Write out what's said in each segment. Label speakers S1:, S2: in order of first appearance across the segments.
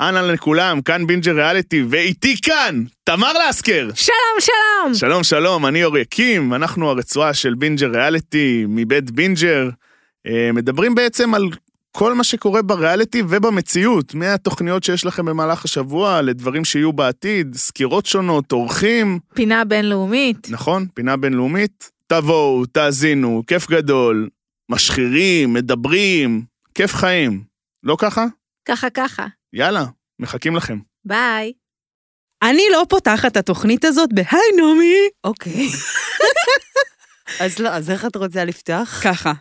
S1: אהלן לכולם, כאן בינג'ר ריאליטי, ואיתי כאן, תמר לסקר!
S2: שלום, שלום!
S1: שלום, שלום, אני אור יקים, אנחנו הרצועה של בינג'ר ריאליטי מבית בינג'ר. אה, מדברים בעצם על כל מה שקורה בריאליטי ובמציאות, מהתוכניות שיש לכם במהלך השבוע לדברים שיהיו בעתיד, סקירות שונות, אורחים,
S2: פינה בינלאומית.
S1: נכון? פינה בינלאומית. תבואו, תאזינו, כיף גדול, משחירים, מדברים, כיף חיים. לא ככה?
S2: ככה ככה.
S1: יאללה, מחכים לכם.
S2: ביי.
S3: אני לא פותחת את התוכנית הזאת ב"היי נעמי",
S4: אוקיי. אז לא, אז איך את רוצה לפתוח?
S3: ככה.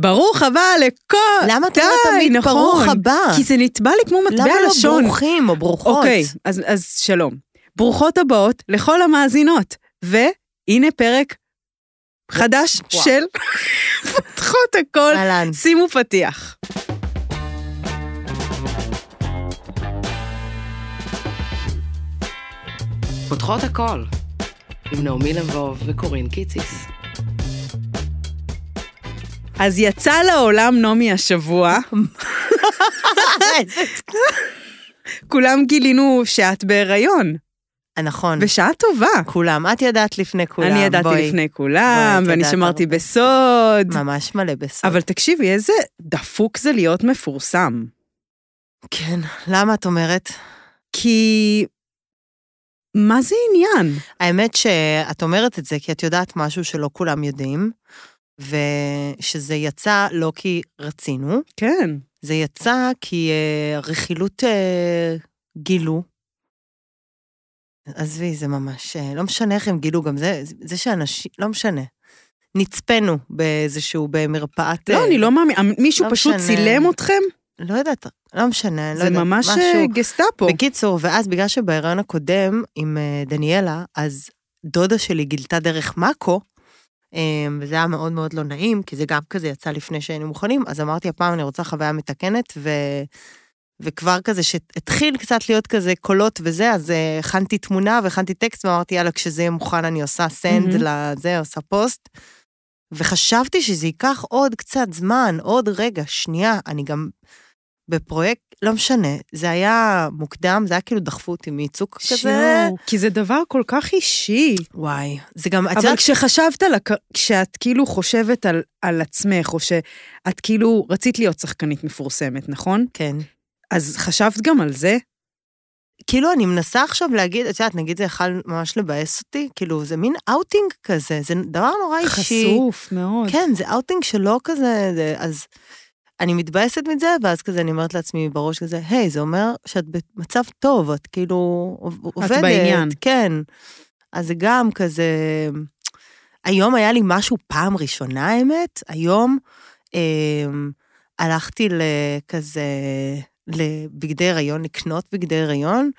S3: ברוך הבא לכל...
S4: למה את
S3: די,
S4: אומרת תמיד
S3: נכון.
S4: ברוך הבא?
S3: כי זה נתבע לי כמו
S4: למה
S3: מטבע
S4: לא
S3: לשון.
S4: ברוכים או ברוכות?
S3: אוקיי, אז, אז שלום. ברוכות הבאות לכל המאזינות. והנה פרק חדש
S4: וואו.
S3: של פותחות הכל.
S4: אהלן.
S3: שימו פתיח.
S5: פותחות הכל, עם נעמי לבוב וקורין קיציס.
S3: אז יצא לעולם נעמי השבוע. אה, כולם גילינו שאת בהיריון,
S4: אה, נכון.
S3: בשעה טובה.
S4: כולם. את ידעת לפני כולם.
S3: אני ידעתי
S4: בואי.
S3: לפני כולם,
S4: בואי, את
S3: ואני
S4: ידעת,
S3: שמרתי
S4: אבל-
S3: בסוד.
S4: ממש מלא בסדר.
S3: אבל תקשיבי, איזה דפוק זה להיות מפורסם.
S4: כן, למה את אומרת?
S3: כי... מה זה עניין?
S4: האמת שאת אומרת את זה כי את יודעת משהו שלא כולם יודעים, ושזה יצא לא כי רצינו,
S3: כן.
S4: זה יצא כי אה, רכילות אה, גילו. עזבי, זה ממש... אה, לא משנה איך הם גילו, גם זה, זה שאנשים... לא משנה. נצפנו באיזשהו, במרפאת...
S3: לא,
S4: אה,
S3: אני לא מאמין. מישהו
S4: לא
S3: פשוט
S4: משנה.
S3: צילם אתכם?
S4: לא יודעת, לא משנה, לא
S3: זה
S4: יודעת,
S3: ממש
S4: משהו.
S3: אה, גסטאפו.
S4: בקיצור, ואז בגלל שבהיריון הקודם עם אה, דניאלה, אז דודה שלי גילתה דרך מאקו, אה, וזה היה מאוד מאוד לא נעים, כי זה גם כזה יצא לפני שהיינו מוכנים, אז אמרתי, הפעם אני רוצה חוויה מתקנת, ו... וכבר כזה שהתחיל קצת להיות כזה קולות וזה, אז אה, הכנתי תמונה והכנתי טקסט, ואמרתי, יאללה, כשזה יהיה מוכן אני עושה סנד
S3: מהמם.
S4: לזה, עושה פוסט. וחשבתי שזה ייקח עוד קצת זמן, עוד רגע, שנייה, אני גם בפרויקט, לא משנה, זה היה מוקדם, זה היה כאילו דחפו אותי מייצוג כזה.
S3: שיואו, כי זה דבר כל כך אישי.
S4: וואי, זה גם, את
S3: אבל
S4: יודעת,
S3: כשחשבת על... הק- כשאת כאילו חושבת על- על עצמך, או שאת כאילו רצית להיות שחקנית מפורסמת, נכון?
S4: כן.
S3: אז חשבת גם על זה?
S4: כאילו, אני מנסה עכשיו להגיד, את יודעת, נגיד זה יכול ממש לבאס אותי, כאילו, זה מין אאוטינג כזה, זה דבר נורא אישי.
S3: חשוף מאוד.
S4: כן, זה אאוטינג שלא כזה, זה, אז אני מתבאסת מזה, ואז כזה אני אומרת לעצמי בראש כזה, היי, זה אומר שאת במצב טוב, את כאילו עוב- עובדת.
S3: בעניין.
S4: כן. אז זה גם כזה... היום היה לי משהו פעם ראשונה, האמת, היום אמ, הלכתי לכזה, לבגדי הריון, לקנות בגדי הריון,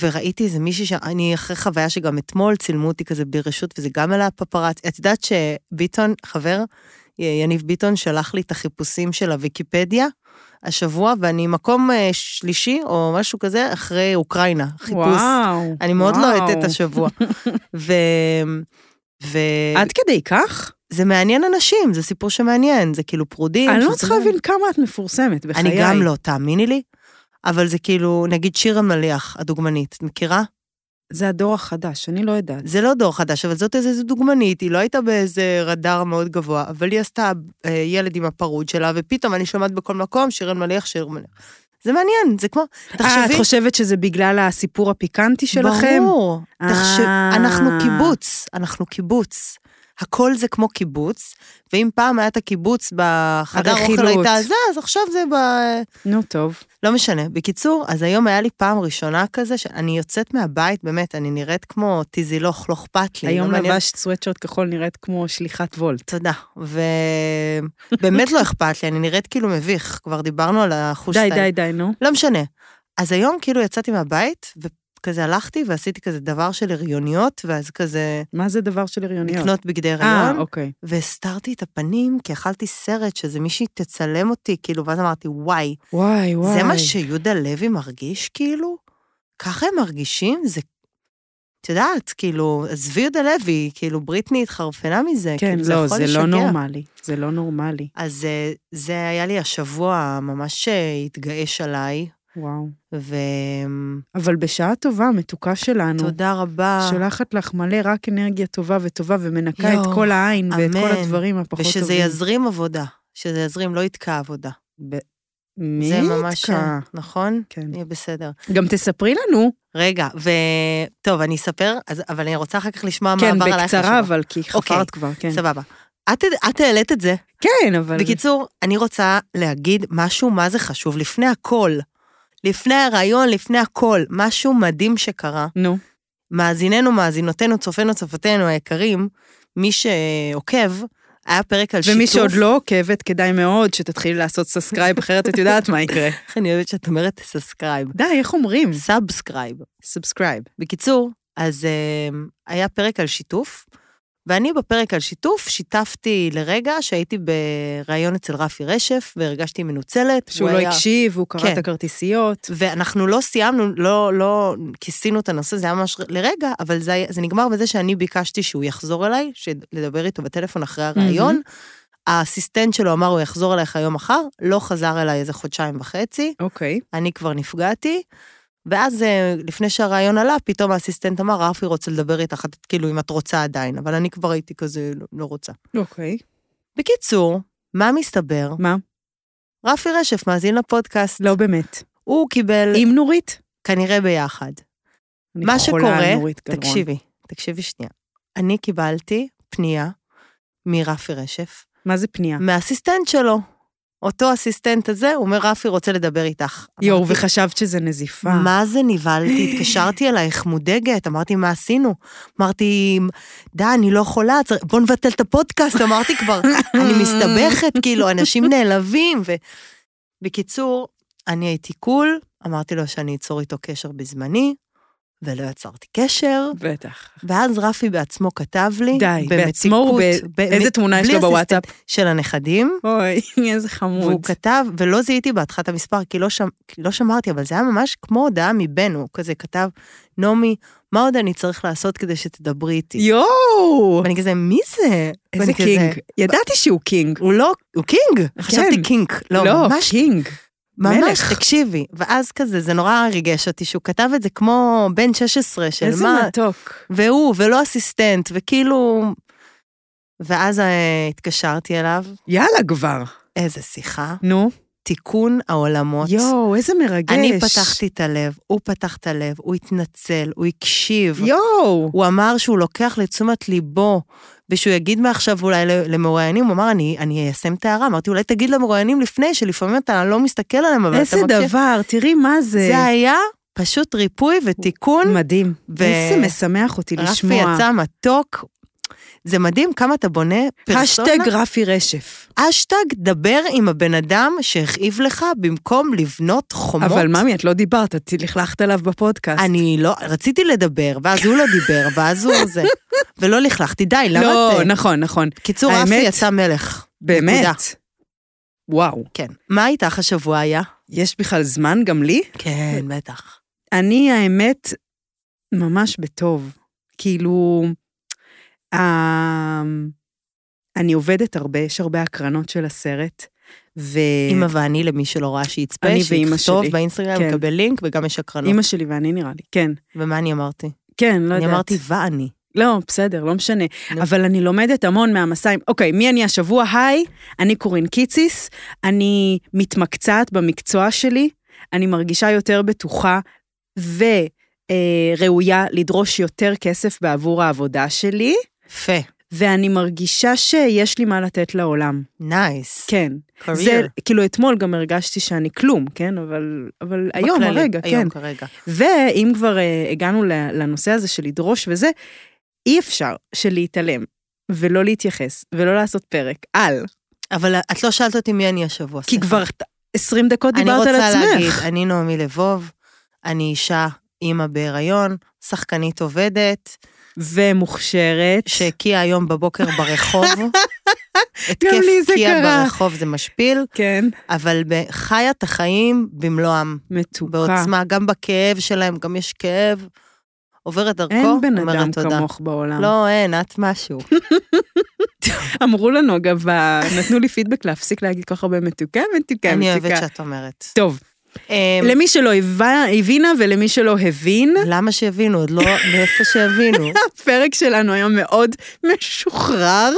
S4: וראיתי איזה מישהי שאני אחרי חוויה שגם אתמול צילמו אותי כזה בלי רשות, וזה גם על הפפראצ... את יודעת שביטון, חבר, יניב ביטון, שלח לי את החיפושים של הוויקיפדיה השבוע, ואני מקום אה, שלישי או משהו כזה אחרי אוקראינה, חיפוש.
S3: וואו.
S4: אני מאוד לא לוהטת
S3: וואו.
S4: השבוע. ו... ו...
S3: עד כדי כך?
S4: זה מעניין אנשים, זה סיפור שמעניין, זה כאילו פרודים.
S3: אני לא
S4: שזה-
S3: צריכה להבין כמה את מפורסמת, בחיי.
S4: אני גם לא, תאמיני לי. אבל זה כאילו, נגיד שירה מליח, הדוגמנית, את מכירה?
S3: זה הדור החדש, אני לא יודעת.
S4: זה לא דור חדש, אבל זאת איזו איזו דוגמנית, היא לא הייתה באיזה רדאר מאוד גבוה, אבל היא עשתה אה, ילד עם הפרוד שלה, ופתאום אני שומעת בכל מקום שירן מליח, שירן מליח. זה מעניין, זה כמו,
S3: אה, את
S4: תחשבי...
S3: חושבת שזה בגלל הסיפור הפיקנטי שלכם?
S4: ברור.
S3: אה.
S4: תחשב, אנחנו קיבוץ, אנחנו קיבוץ. הכל זה כמו קיבוץ, ואם פעם היה את הקיבוץ בחדר אוכל
S3: הרכילות.
S4: הייתה זה, אז עכשיו זה ב...
S3: נו, טוב.
S4: לא משנה. בקיצור, אז היום היה לי פעם ראשונה כזה, שאני יוצאת מהבית, באמת, אני נראית כמו תזילוך, לא אכפת לי.
S3: היום
S4: לא מעניין-
S3: לבשת סוואטשורט כחול נראית כמו שליחת וולט.
S4: תודה. ובאמת לא אכפת לי, אני נראית כאילו מביך, כבר דיברנו על החוש
S3: די,
S4: סטייל.
S3: די, די, נו.
S4: לא משנה. אז היום כאילו יצאתי מהבית, וכזה הלכתי ועשיתי כזה דבר של הריוניות, ואז כזה
S3: מה זה דבר של הריוניות?
S4: לקנות
S3: אה,
S4: בגדי הריון,
S3: אוקיי.
S4: והסתרתי את הפנים, כי אכלתי סרט שזה מישהי תצלם אותי, כאילו, ואז אמרתי, וואי,
S3: וואי, וואי.
S4: זה מה שיהודה לוי מרגיש, כאילו? ככה הם מרגישים? זה... את יודעת, כאילו, עזבי יהודה לוי, כאילו, בריטני התחרפנה מזה,
S3: כן,
S4: כאילו,
S3: לא,
S4: יכול
S3: זה לא
S4: לשגע.
S3: נורמלי. זה לא נורמלי.
S4: אז אה, זה היה לי השבוע ממש אה, התגעש עליי,
S3: וואו.
S4: ותודה
S3: אבל בשעה טובה, מתוקה שלנו,
S4: רבה.
S3: שולחת לך מלא רק אנרגיה טובה וטובה, ומנקה את
S4: יואו,
S3: כל העין ואת כל
S4: אמן.
S3: הדברים הפחות טובים.
S4: ושזה יזרים עבודה, שזה יזרים, לא יתקע עבודה.
S3: ב- מי
S4: זה ממש...
S3: יתקע?
S4: נכון?
S3: כן.
S4: יהיה בסדר.
S3: גם תספרי לנו,
S4: רגע, ו... טוב, אני אספר, אז, אבל אני רוצה אחר כך לשמוע
S3: כן,
S4: מה עבר עלייך.
S3: בקצרה,
S4: השבוע.
S3: אבל כי חפרת כבר, כן.
S4: סבבה. את, את העלית את זה.
S3: כן, אבל...
S4: בקיצור, אני רוצה להגיד משהו מה זה חשוב, לפני הכל. לפני הרעיון, לפני הכל. משהו מדהים שקרה.
S3: נו,
S4: מאזיננו, מאזינותינו, צופינו, צופתנו היקרים, מי שעוקב, היה פרק על שיתוף.
S3: ומי שעוד לא עוקבת, כדאי מאוד שתתחילי לעשות סאסקרייב, אחרת את יודעת מה יקרה.
S4: איך אני אוהבת שאת אומרת סאסקרייב.
S3: די, איך אומרים?
S4: סאבסקרייב.
S3: סאבסקרייב.
S4: בקיצור, אז אמ, היה פרק על שיתוף, ואני בפרק על שיתוף שיתפתי לרגע שהייתי בריאיון אצל רפי רשף והרגשתי מנוצלת.
S3: שהוא
S4: הוא
S3: לא
S4: היה-
S3: הקשיב, הוא קרא
S4: כן.
S3: את הכרטיסיות.
S4: ואנחנו לא סיימנו, לא, לא כיסינו את הנושא, זה היה ממש לרגע, אבל זה, היה- זה נגמר בזה שאני ביקשתי שהוא יחזור אליי, ש- לדבר איתו בטלפון אחרי הריאיון. האסיסטנט שלו אמר, הוא יחזור אלייך היום מחר, לא חזר אליי איזה חודשיים וחצי.
S3: אוקיי.
S4: אני כבר נפגעתי. ואז אה, לפני שהרעיון עלה, פתאום האסיסטנט אמר, רפי רוצה לדבר איתך, את- כאילו, אם את רוצה עדיין, אבל אני כבר הייתי כזה, לא, לא רוצה.
S3: אוקיי.
S4: בקיצור, מה מסתבר?
S3: מה?
S4: רפי רשף מאזין לפודקאסט,
S3: לא באמת.
S4: הוא קיבל
S3: עם נורית?
S4: כנראה ביחד.
S3: אני
S4: מה
S3: חולה
S4: שקורה,
S3: על נורית גלרון.
S4: תקשיבי, תקשיבי שנייה. אני קיבלתי פנייה מרפי רשף,
S3: מה זה פנייה?
S4: מהאסיסטנט שלו. אותו אסיסטנט הזה, הוא אומר, רפי רוצה לדבר איתך.
S3: יואו,
S4: אמרתי,
S3: וחשבת שזה נזיפה.
S4: מה זה נבהלתי? התקשרתי אלייך מודאגת, אמרתי, מה עשינו? אמרתי, די, אני לא יכולה, צר... בוא נבטל את הפודקאסט, אמרתי כבר, אני מסתבכת, כאילו, אנשים נעלבים. ו... בקיצור, אני הייתי קול, אמרתי לו שאני אצור איתו קשר בזמני, ולא יצרתי קשר,
S3: בטח.
S4: ואז רפי בעצמו כתב לי,
S3: די, בעצמו
S4: במתיקות,
S3: הוא
S4: ב-
S3: איזה תמונה יש
S4: אה, בלי
S3: לו
S4: אסיסטנט.
S3: בוואטסאפ?
S4: של הנכדים.
S3: אוי, איזה חמוד.
S4: והוא כתב, ולא זיהיתי בהתחלה את המספר, כי לא, שמ, כי לא שמרתי, אבל זה היה ממש כמו הודעה מבן, הוא כזה כתב, נעמי, מה עוד אני צריך לעשות כדי שתדברי איתי?
S3: יואו!
S4: ואני כזה, מי זה?
S3: איזה
S4: ואני כזה,
S3: קינג. ידעתי שהוא קינג.
S4: הוא לא, הוא קינג, חשבתי קינג, לא,
S3: לא,
S4: ממש,
S3: קינג.
S4: ממש,
S3: מלך.
S4: תקשיבי. ואז כזה, זה נורא ריגש אותי שהוא כתב את זה כמו בן 16 של
S3: איזה
S4: מה,
S3: מתוק.
S4: והוא, ולא אסיסטנט, וכאילו... ואז אה, התקשרתי אליו,
S3: יאללה כבר.
S4: איזה שיחה,
S3: נו.
S4: תיקון העולמות.
S3: יואו, איזה מרגש.
S4: אני פתחתי את הלב, הוא פתח את הלב, הוא התנצל, הוא הקשיב.
S3: יואו!
S4: הוא אמר שהוא לוקח לתשומת ליבו, ושהוא יגיד מעכשיו אולי ל- למרואיינים, הוא אמר, אני, אני איישם את ההערה. אמרתי, אולי תגיד למרואיינים לפני, שלפעמים אתה לא מסתכל עליהם, אבל
S3: איזה
S4: אתה מקשיב.
S3: דבר, תראי מה זה.
S4: זה היה פשוט ריפוי ותיקון.
S3: מדהים.
S4: ו-
S3: איזה משמח אותי לשמוע.
S4: רפי יצא מתוק. זה מדהים כמה אתה בונה פרסונה.
S3: השטג רפי רשף.
S4: אשטג, דבר עם הבן אדם שהכאיב לך במקום לבנות חומות.
S3: אבל ממי, את לא דיברת, את לכלכת עליו בפודקאסט.
S4: אני לא, רציתי לדבר, ואז הוא לא דיבר, ואז הוא זה. ולא לכלכתי, די, למה
S3: לא,
S4: את...
S3: נכון, נכון.
S4: קיצור,
S3: האמת-
S4: רפי יצא מלך.
S3: באמת.
S4: נקודה.
S3: וואו.
S4: כן. מה איתך השבוע היה?
S3: יש בכלל זמן גם לי?
S4: כן, בטח.
S3: אני, האמת, ממש בטוב. כאילו, אה, אני עובדת הרבה, יש הרבה הקרנות של הסרט, ו...
S4: אמא ואני, למי שלא ראה שיצפה,
S3: אני ואימא
S4: שיכתוב
S3: שלי.
S4: באינסטגרם,
S3: כן.
S4: יקבל לינק וגם יש הקרנות.
S3: אימא שלי ואני נראה לי, כן.
S4: ומה אני אמרתי?
S3: כן, לא
S4: אני
S3: יודעת.
S4: אמרתי ואני.
S3: לא, בסדר, לא משנה.
S4: נו.
S3: אבל אני לומדת המון מהמסעים. אוקיי, מי אני השבוע? היי, אני קורין קיציס, אני מתמקצעת במקצוע שלי, אני מרגישה יותר בטוחה וראויה לדרוש יותר כסף בעבור העבודה שלי,
S4: יפה.
S3: ואני מרגישה שיש לי מה לתת לעולם.
S4: נייס.
S3: כן. זה,
S4: קרייר.
S3: כאילו, אתמול גם הרגשתי שאני כלום, כן? אבל, אבל היום,
S4: בכללי,
S3: הרגע, כן.
S4: היום כרגע.
S3: ואם כבר אה, הגענו ל- לנושא הזה של לדרוש וזה, אי אפשר שלהתעלם ולא להתייחס ולא לעשות פרק על,
S4: אבל את לא שאלת אותי מי אני השבוע.
S3: כי
S4: סליחה.
S3: כבר ת- 20 דקות דיברת על
S4: אני רוצה להגיד,
S3: עצמך.
S4: אני נעמי לבוב, אני אישה, אימא בהיריון, שחקנית עובדת,
S3: ומוכשרת.
S4: שהקיאה היום בבוקר ברחוב. התקף
S3: גם לי זה
S4: קיאה
S3: קרה.
S4: ברחוב זה משפיל,
S3: כן.
S4: אבל ב- חיה את החיים במלואם,
S3: מתוקה.
S4: בעוצמה, גם בכאב שלהם, גם יש כאב. עוברת דרכו,
S3: אין בן
S4: אומרת
S3: אדם
S4: תודה.
S3: כמוך בעולם.
S4: לא, אין, את משהו.
S3: אמרו לנו, אגב, ב- נתנו לי פידבק להפסיק להגיד כל כך הרבה מתוקה, מתוקה, מתוקה.
S4: אני אוהבת שאת אומרת.
S3: כן, טוב.
S4: אה,
S3: למי שלא הבה- הבינה ולמי שלא הבין,
S4: למה שיבינו? עוד לא, מאיפה שיבינו.
S3: הפרק שלנו היה מאוד משוחרר,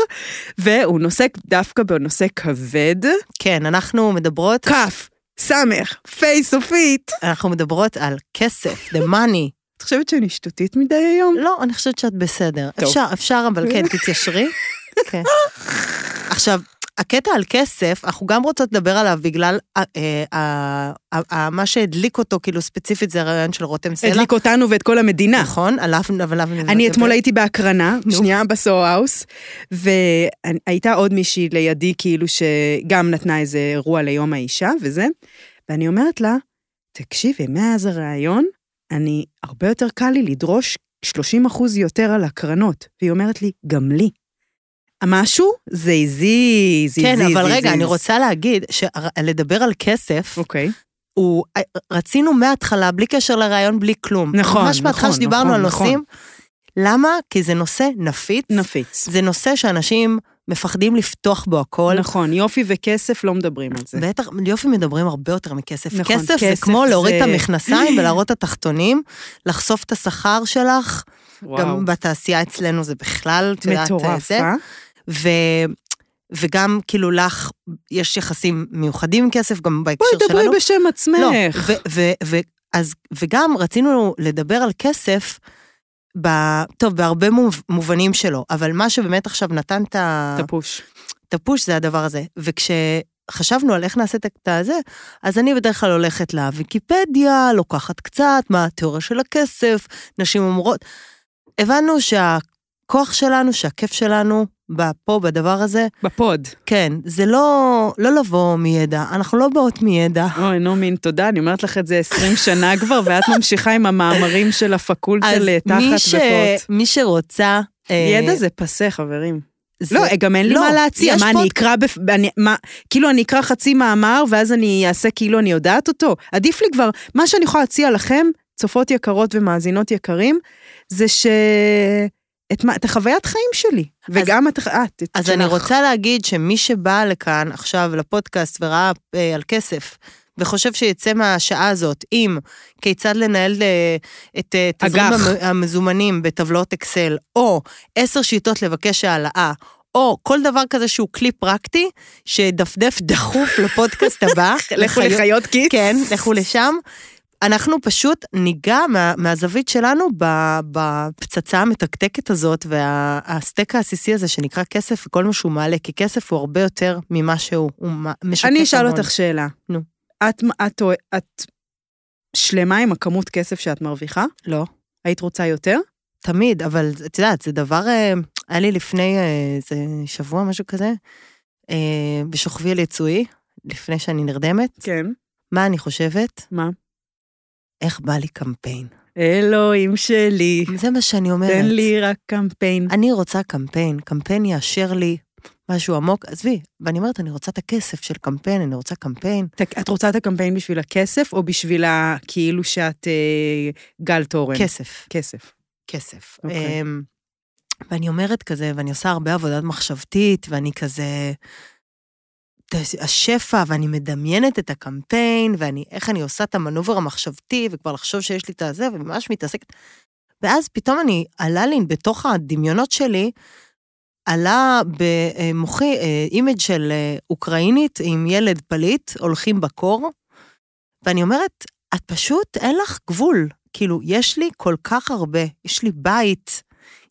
S3: והוא נושא דווקא בנושא כבד.
S4: כן, אנחנו מדברות,
S3: כף, סמך, פי סופית.
S4: אנחנו מדברות על כסף, the money.
S3: את חושבת שאני שטותית מדי היום?
S4: לא, אני חושבת שאת בסדר.
S3: טוב.
S4: אפשר, אפשר, אבל כן, תתיישרי. כן. עכשיו, הקטע על כסף, אנחנו גם רוצות לדבר עליו בגלל אה, אה, אה, אה, מה שהדליק אותו, כאילו ספציפית, זה לא- הרעיון של רותם סלע.
S3: הדליק אותנו ואת כל המדינה.
S4: נכון, עליו, אבל עליו
S3: אני
S4: נדבר.
S3: אתמול הייתי בהקרנה,
S4: נו.
S3: שנייה בסו-האוס, והייתה עוד מישהי לידי, כאילו שגם נתנה איזה אירוע ליום האישה וזה, ואני אומרת לה, תקשיבי, מאז הרעיון, אני, הרבה יותר קל לי לדרוש 30 אחוז יותר על הקרנות. והיא אומרת לי, גם לי. משהו זה הזיז, הזיז,
S4: כן, אבל רגע,
S3: הזיז.
S4: אני רוצה להגיד, שלדבר על כסף,
S3: אוקיי.
S4: הוא, אה, רצינו מההתחלה, בלי קשר לרעיון, בלי כלום.
S3: נכון,
S4: ממש בהתחלה
S3: נכון,
S4: שדיברנו
S3: נכון,
S4: על
S3: נכון.
S4: נושאים. למה? כי זה נושא נפיץ.
S3: נפיץ.
S4: זה נושא שאנשים מפחדים לפתוח בו הכל.
S3: נכון, יופי וכסף לא מדברים על זה.
S4: בטח, יופי מדברים הרבה יותר מכסף.
S3: נכון,
S4: כסף, זה
S3: כסף
S4: כמו
S3: זה-
S4: להוריד את המכנסיים ולהראות את התחתונים, לחשוף את השכר שלך,
S3: וואו.
S4: גם בתעשייה אצלנו זה בכלל, את יודעת,
S3: מטורף,
S4: זה.
S3: אה?
S4: ו... וגם כאילו לך יש יחסים מיוחדים עם כסף, גם בהקשר
S3: בואי
S4: שלנו.
S3: דברי בשם עצמך.
S4: לא, ו, ו, ו, אז, וגם רצינו לדבר על כסף, ב, טוב, בהרבה מוב- מובנים שלו, אבל מה שבאמת עכשיו נתן את ה-
S3: תפוש.
S4: את הפוש זה הדבר הזה. וכשחשבנו על איך נעשה את הקטע הזה, אז אני בדרך כלל הולכת לוויקיפדיה, לוקחת קצת, מה התיאוריה של הכסף, נשים אומרות. הבנו שהכוח שלנו, שהכיף שלנו, ב- פה, בדבר הזה,
S3: בפוד.
S4: כן, זה לא, לא לבוא מידע, אנחנו לא באות מידע.
S3: אוי, נעמין, תודה, אני אומרת לך את זה 20 שנה כבר, ואת ממשיכה עם המאמרים של אה, הפקולטה
S4: אז מי,
S3: לתחת
S4: ש...
S3: ופוד.
S4: מי שרוצה... אה,
S3: ידע זה פסה, חברים.
S4: זה-
S3: לא, גם אין לי
S4: לא,
S3: מה להציע,
S4: יש
S3: מה,
S4: פוד-
S3: אני אקרא, בפ... אני, מה, כאילו אני אקרא חצי מאמר, ואז אני אעשה כאילו אני יודעת אותו? עדיף לי כבר, מה שאני יכולה להציע לכם, צופות יקרות ומאזינות יקרים, זה ש... את, מה, את החוויית חיים שלי, וגם את, את, את
S4: אז
S3: שלך.
S4: אני רוצה להגיד שמי שבא לכאן עכשיו לפודקאסט וראה אה, על כסף, וחושב שיצא מהשעה הזאת עם כיצד לנהל אה, את אה, תזרים
S3: אג"ח.
S4: המ- המזומנים בטבלאות אקסל, או עשר שיטות לבקש העלאה, או כל דבר כזה שהוא כלי פרקטי, שדפדף דחוף לפודקאסט הבא.
S3: לכו
S4: לחיות-
S3: לחיות קיץ.
S4: כן, לכו לשם. אנחנו פשוט ניגע מה, מהזווית שלנו ב- בפצצה המתקתקת הזאת והסטייק העסיסי הזה שנקרא כסף וכל מה שהוא מעלה, כי כסף הוא הרבה יותר ממה שהוא, הוא מ- משקף
S3: אני אשאל
S4: המון.
S3: אותך שאלה.
S4: נו.
S3: את, את, את שלמה עם הכמות כסף שאת מרוויחה?
S4: לא.
S3: היית רוצה יותר?
S4: תמיד, אבל את יודעת, זה דבר, אה, היה לי לפני אה, איזה שבוע, משהו כזה, אה, בשוכבי על יצואי, לפני שאני נרדמת,
S3: כן.
S4: מה אני חושבת?
S3: מה?
S4: איך בא לי קמפיין?
S3: אלוהים שלי,
S4: זה מה שאני אומרת.
S3: תן לי רק קמפיין.
S4: אני רוצה קמפיין, קמפיין יאשר לי משהו עמוק, עזבי, ואני אומרת, אני רוצה את הכסף של קמפיין, אני רוצה קמפיין.
S3: ת- את רוצה את הקמפיין בשביל הכסף, או בשביל ה... כאילו שאת אה, גל תורן?
S4: כסף,
S3: כסף.
S4: כסף.
S3: אוקיי.
S4: אמ, ואני אומרת כזה, ואני עושה הרבה עבודת מחשבתית, ואני כזה... ת- השפע, ואני מדמיינת את הקמפיין, ואני, איך אני עושה את המנובר המחשבתי, וכבר לחשוב שיש לי את הזה, וממש מתעסקת. ואז פתאום אני, עלה לי בתוך הדמיונות שלי, עלה במוחי אה, אימג' של אה, אוקראינית עם ילד פליט, הולכים בקור, ואני אומרת, את פשוט, אין לך גבול. כאילו, יש לי כל כך הרבה, יש לי בית,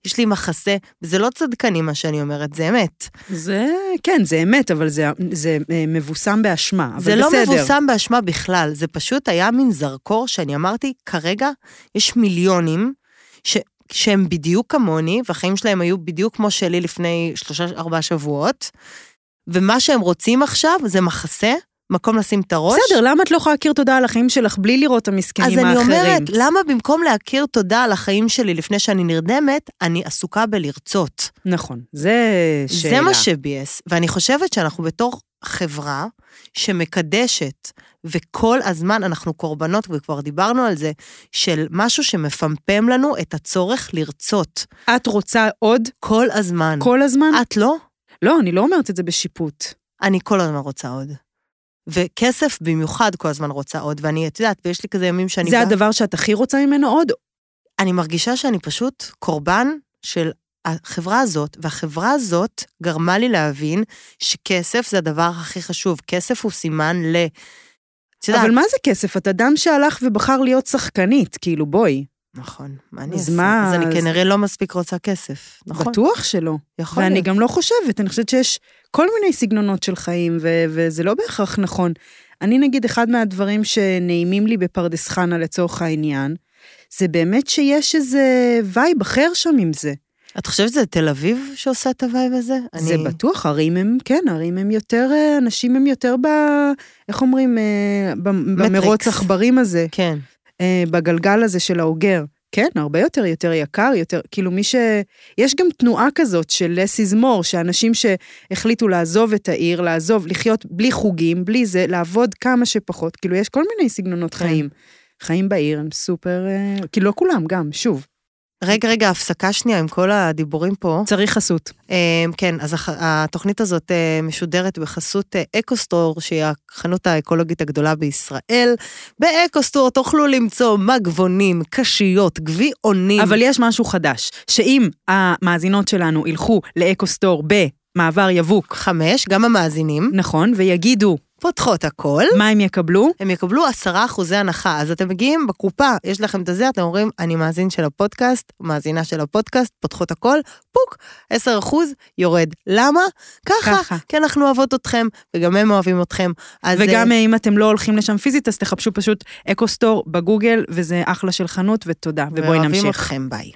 S4: יש לי מחסה, וזה לא צדקני מה שאני אומרת, זה אמת.
S3: זה, כן, זה אמת, אבל זה, זה אה, מבוסם באשמה, אבל
S4: זה
S3: בסדר.
S4: לא מבוסם באשמה בכלל, זה פשוט היה מין זרקור שאני אמרתי, כרגע יש מיליונים ש... שהם בדיוק כמוני, והחיים שלהם היו בדיוק כמו שלי לפני שלושה-ארבעה שבועות, ומה שהם רוצים עכשיו זה מחסה, מקום לשים את הראש.
S3: בסדר, למה את לא יכולה להכיר תודה על החיים שלך בלי לראות את המסכנים
S4: אז
S3: האחרים?
S4: אני אומרת, למה במקום להכיר תודה על החיים שלי לפני שאני נרדמת, אני עסוקה בלרצות?
S3: נכון, זה שאלה.
S4: זה מה שביאס, ואני חושבת שאנחנו בתור חברה שמקדשת, וכל הזמן אנחנו קורבנות, וכבר דיברנו על זה, של משהו שמפמפם לנו את הצורך לרצות.
S3: את רוצה עוד
S4: כל הזמן.
S3: כל הזמן?
S4: את לא?
S3: לא, אני לא אומרת את זה בשיפוט.
S4: אני כל הזמן רוצה עוד. וכסף במיוחד כל הזמן רוצה עוד, ואני, את יודעת, ויש לי כזה ימים שאני...
S3: זה
S4: באה-
S3: הדבר שאת הכי רוצה ממנו עוד?
S4: אני מרגישה שאני פשוט קורבן של החברה הזאת, והחברה הזאת גרמה לי להבין שכסף זה הדבר הכי חשוב. כסף הוא סימן ל... את יודעת...
S3: אבל מה זה כסף? את אדם שהלך ובחר להיות שחקנית, כאילו בואי.
S4: נכון, מה אני
S3: אז
S4: אעשה?
S3: מה-
S4: אז אני
S3: אז-
S4: כנראה לא מספיק רוצה כסף. נכון,
S3: בטוח שלא.
S4: יכול
S3: ואני
S4: להיות.
S3: גם לא חושבת, אני חושבת שיש כל מיני סגנונות של חיים, ו- וזה לא בהכרח נכון. אני נגיד, אחד מהדברים שנעימים לי בפרדס חנה לצורך העניין, זה באמת שיש איזה וייב אחר שם עם זה.
S4: את חושבת שזה תל אביב שעושה את הווייב הזה?
S3: זה
S4: אני-
S3: בטוח, ערים הם, כן, ערים הם יותר, אה, אנשים הם יותר ב... איך אומרים? אה, ב- במרוץ עכברים הזה,
S4: כן.
S3: אה, בגלגל הזה של האוגר. כן, הרבה יותר, יותר יקר, יותר, כאילו מי ש... יש גם תנועה כזאת של less is more, שאנשים שהחליטו לעזוב את העיר, לעזוב, לחיות בלי חוגים, בלי זה, לעבוד כמה שפחות, כאילו יש כל מיני סגנונות
S4: כן.
S3: חיים. חיים בעיר הם סופר, אה, כאילו לא כולם גם, שוב,
S4: רגע, רגע, הפסקה שנייה עם כל הדיבורים פה.
S3: צריך חסות.
S4: אמ, כן, אז הח- התוכנית הזאת אה, משודרת בחסות אה, אקוסטור, שהיא החנות האקולוגית הגדולה בישראל. באקוסטור תוכלו למצוא מגבונים, קשיות, גביעונים.
S3: אבל יש משהו חדש, שאם המאזינות שלנו ילכו לאקו-סטור במעבר יבוק,
S4: חמש, גם המאזינים,
S3: נכון, ויגידו
S4: פותחות הכל.
S3: מה הם יקבלו,
S4: הם יקבלו עשרה אחוזי הנחה, אז אתם מגיעים בקופה, יש לכם את הזה, אתם אומרים, אני מאזין של הפודקאסט, מאזינה של הפודקאסט, פותחות הכל, פוק, עשר אחוז, יורד. למה? ככה,
S3: ככה.
S4: כי אנחנו אוהבות אתכם, וגם הם אוהבים אתכם. אז,
S3: וגם
S4: אה,
S3: אה, אם אתם לא הולכים לשם פיזית, אז תחפשו פשוט אקו-סטור בגוגל, וזה אחלה של חנות, ותודה, ובואי
S4: ואוהבים
S3: נמשיך.
S4: אתכם, ביי.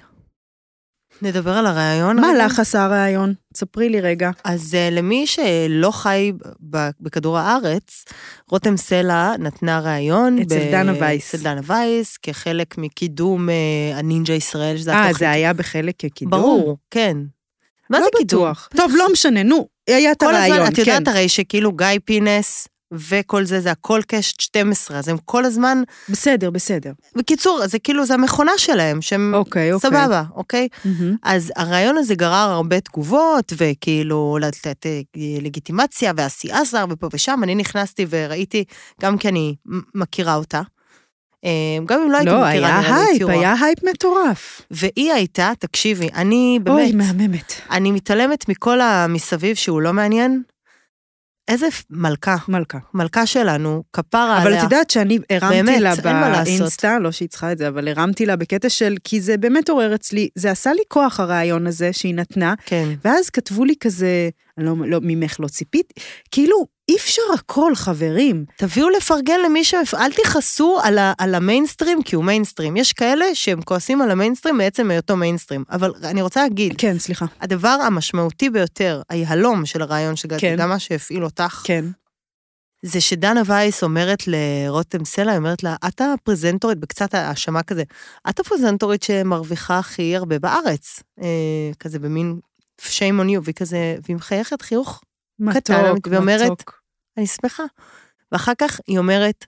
S4: נדבר על הרעיון.
S3: מה
S4: רגע?
S3: לך עשה הרעיון? ספרי לי רגע.
S4: אז אה, למי שלא חי ב- בכדור הארץ, רותם סלע נתנה ראיון.
S3: אצל
S4: ב-
S3: דנה וייס.
S4: אצל דנה וייס, כחלק מקידום אה, הנינג'ה ישראל, שזה
S3: אה,
S4: התוכנית
S3: זה היה בחלק כקידום?
S4: ברור, כן. מה
S3: לא
S4: זה קידום?
S3: בטוח. טוב, לא משנה, נו, היה את
S4: כל
S3: הרעיון,
S4: הזמן, את יודעת
S3: כן.
S4: הרי שכאילו גיא פינס וכל זה, זה הכל קשת 12, אז הם כל הזמן,
S3: כן. בסדר, בסדר.
S4: בקיצור, זה כאילו, זה המכונה שלהם, שהם...
S3: אוקיי, אוקיי.
S4: סבבה, אוקיי?
S3: מהמם.
S4: אז הרעיון הזה גרר הרבה תגובות, וכאילו לתת אה, לגיטימציה ועשייה זר ופה ושם. אני נכנסתי וראיתי, גם כי אני מ- מכירה אותה. אה, גם אם לא הייתי
S3: לא,
S4: מכירה,
S3: היה
S4: נראה לי הייתי
S3: הייפ,
S4: רואה.
S3: היה הייפ מטורף.
S4: והיא הייתה, תקשיבי, אני באמת...
S3: אוי, מהממת.
S4: אני מתעלמת מכל המסביב שהוא לא מעניין. איזה פ- מלכה,
S3: מלכה.
S4: מלכה שלנו, כפרה עליה.
S3: אבל את יודעת שאני הרמתי
S4: באמת,
S3: לה
S4: אין מה לעשות.
S3: באינסטה, לא שהיא צריכה את זה, אבל הרמתי לה בקטע של, כי זה באמת עורר אצלי, זה עשה לי כוח הרעיון הזה שהיא נתנה,
S4: כן.
S3: ואז כתבו לי כזה, "אני לא, לא, ממך לא ציפית, כאילו, אי אפשר הכל, חברים.
S4: תביאו לפרגן למי ש... אל תכעסו על, ה... על המיינסטרים, כי הוא מיינסטרים. יש כאלה שהם כועסים על המיינסטרים מעצם היותו מיינסטרים. אבל אני רוצה להגיד,
S3: כן, סליחה.
S4: הדבר המשמעותי ביותר, היהלום של הרעיון של
S3: כן.
S4: כן. גם מה שהפעיל אותך,
S3: כן.
S4: זה שדנה וייס אומרת לרותם סלע, היא אומרת לה, את הפרזנטורית, בקצת האשמה כזה, את הפרזנטורית שמרוויחה הכי הרבה בארץ. אה, כזה במין shame on you, והיא כזה, והיא מחייכת חיוך, קטן,
S3: מתוק,
S4: ואומרת-
S3: מתוק.
S4: אני שמחה. ואחר כך היא אומרת,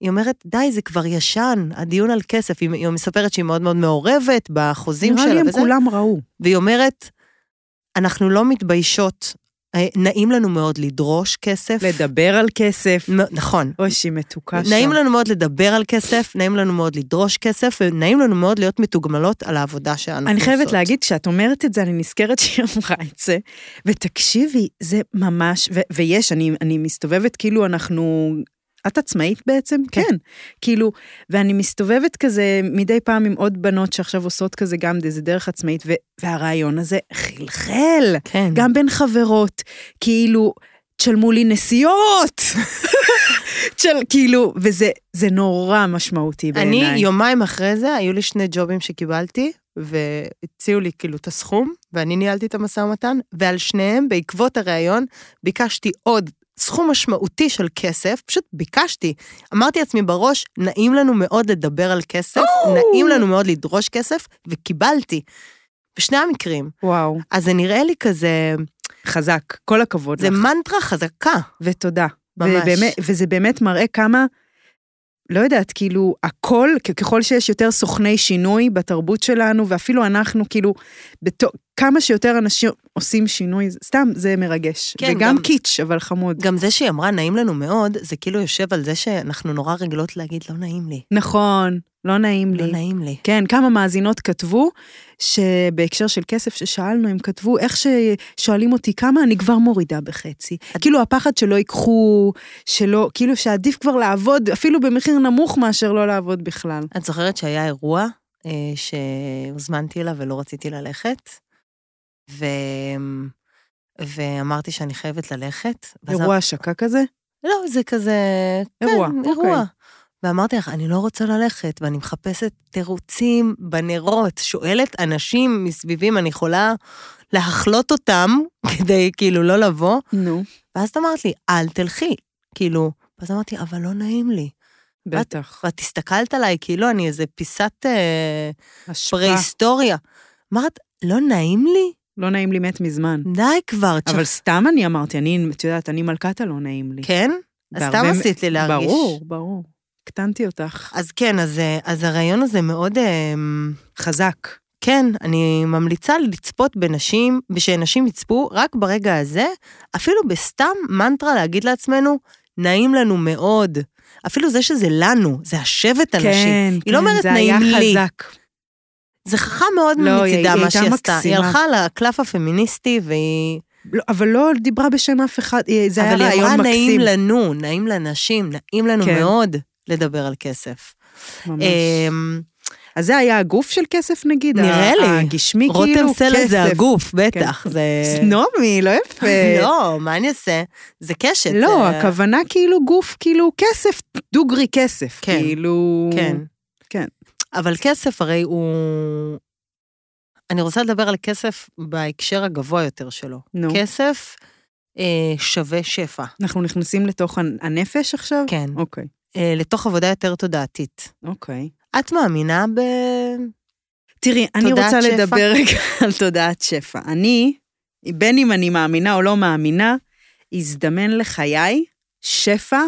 S4: היא אומרת, די, זה כבר ישן, הדיון על כסף. היא, היא מספרת שהיא מאוד מאוד מעורבת בחוזים
S3: נראה
S4: שלה.
S3: לי הם
S4: וזה.
S3: כולם ראו.
S4: והיא אומרת, אנחנו לא מתביישות, אה, נעים לנו מאוד לדרוש כסף.
S3: לדבר על כסף.
S4: מ- נכון.
S3: אוי, שהיא מתוקה שם.
S4: נעים לנו מאוד לדבר על כסף, נעים לנו מאוד לדרוש כסף, ונעים לנו מאוד להיות מתוגמלות על העבודה שאנחנו
S3: אני
S4: עושות.
S3: חייבת להגיד, כשאת אומרת את זה, אני נזכרת שהיא אמרה את זה, ותקשיבי, זה ממש, ו- ויש, אני, אני מסתובבת כאילו אנחנו... את עצמאית בעצם? כן.
S4: כן.
S3: כן. כאילו, ואני מסתובבת כזה מדי פעם עם עוד בנות שעכשיו עושות כזה גם איזה דרך עצמאית, ו- והרעיון הזה חלחל.
S4: כן.
S3: גם בין חברות, כאילו, תשלמו לי נסיעות! של, כאילו, וזה זה נורא משמעותי בעיניי.
S4: אני יומיים אחרי זה, היו לי שני ג'ובים שקיבלתי, והציעו לי כאילו את הסכום, ואני ניהלתי את המשא ומתן, ועל שניהם, בעקבות הריאיון, ביקשתי עוד סכום משמעותי של כסף, פשוט ביקשתי. אמרתי לעצמי בראש, נעים לנו מאוד לדבר על כסף, נעים לנו מאוד לדרוש כסף, וקיבלתי. בשני המקרים.
S3: וואו,
S4: אז זה נראה לי כזה,
S3: חזק, כל הכבוד
S4: זה
S3: לך.
S4: מנטרה חזקה,
S3: ותודה.
S4: ממש.
S3: ובאמת, וזה באמת מראה כמה לא יודעת, כאילו, הכל, כ- ככל שיש יותר סוכני שינוי בתרבות שלנו, ואפילו אנחנו, כאילו, בתו, כמה שיותר אנשים עושים שינוי, זה- סתם, זה מרגש.
S4: כן,
S3: וגם
S4: גם-
S3: קיץ', אבל חמוד.
S4: גם זה שהיא אמרה נעים לנו מאוד, זה כאילו יושב על זה שאנחנו נורא רגילות להגיד לא נעים לי.
S3: נכון, לא נעים
S4: לא
S3: לי.
S4: נעים לי.
S3: כן, כמה מאזינות כתבו, שבהקשר של כסף ששאלנו, הם כתבו, איך ששואלים אותי כמה, אני כבר מורידה בחצי. כאילו הפחד שלא ייקחו, שלא, כאילו שעדיף כבר לעבוד, אפילו במחיר נמוך מאשר לא לעבוד בכלל.
S4: את זוכרת שהיה אירוע אה, שהוזמנתי אליו ולא רציתי ללכת, ו... ואמרתי שאני חייבת ללכת. ואז
S3: אירוע השקה כזה?
S4: לא, זה כזה...
S3: אירוע,
S4: כן,
S3: אוקיי.
S4: אירוע. ואמרתי לך, אני לא רוצה ללכת, ואני מחפשת תירוצים בנרות, שואלת אנשים מסביבי אם אני יכולה להחלות אותם כדי כאילו לא לבוא,
S3: נו,
S4: ואז את אמרת לי, אל תלכי, כאילו. ואז אמרתי, אבל לא נעים לי.
S3: בטח.
S4: ואת הסתכלת עליי כאילו אני איזה פיסת אה,
S3: אשפה.
S4: פרה-היסטוריה. אמרת, לא נעים לי?
S3: לא נעים לי מת מזמן.
S4: די כבר,
S3: אבל
S4: תשכ-
S3: סתם אני אמרתי, אני, את יודעת, אני מלכת הלא נעים לי.
S4: כן? אז
S3: בהרבה
S4: סתם
S3: מ-
S4: עשית לי להרגיש.
S3: ברור, ברור. הקטנתי אותך.
S4: אז כן, אז, אה, אז הרעיון הזה מאוד... אמ,
S3: חזק.
S4: כן, אני ממליצה לצפות בנשים, ושנשים יצפו רק ברגע הזה, אפילו בסתם מנטרה להגיד לעצמנו, נעים לנו מאוד. אפילו זה שזה לנו, זה השבט על נשים.
S3: כן,
S4: היא לא אומרת,
S3: זה
S4: "נעים
S3: היה
S4: לי".
S3: חזק.
S4: זה חכם מאוד
S3: לא, היא-
S4: מצידה
S3: היא
S4: מה שהיא
S3: הייתה
S4: עשתה. היא
S3: מקסימה.
S4: הלכה על הקלף הפמיניסטי, והיא...
S3: לא, אבל לא דיברה בשם אף אחד, אה, זה היה
S4: אבל היא אמרה
S3: רעיון מקסים.
S4: נעים לנו, נעים לנשים, נעים לנו
S3: כן.
S4: מאוד לדבר על כסף.
S3: ממש.
S4: אמ,
S3: אז זה היה הגוף של כסף נגיד?
S4: נראה
S3: ה-
S4: לי.
S3: הגשמי כאילו?
S4: רותם סלע זה
S3: כסף. כן.
S4: הגוף, בטח. זה...
S3: סנומי, לא יפה.
S4: לא, מה אני אעשה? זה קשת.
S3: לא,
S4: זה-
S3: הכוונה כאילו גוף, כאילו כסף, דוגרי כסף.
S4: כן.
S3: כאילו...
S4: כן.
S3: כן.
S4: אבל כסף הרי הוא... אני רוצה לדבר על כסף בהקשר הגבוה יותר שלו.
S3: נו.
S4: כסף אה, שווה שפע.
S3: אנחנו נכנסים לתוך הנ- הנפש עכשיו?
S4: כן.
S3: אוקיי,
S4: אה, לתוך עבודה יותר תודעתית.
S3: אוקיי.
S4: את מאמינה ב...
S3: תראי, אני
S4: תודעת
S3: רוצה
S4: שפע.
S3: לדבר רגע על תודעת שפע. אני, בין אם אני מאמינה או לא מאמינה, הזדמן לחיי שפע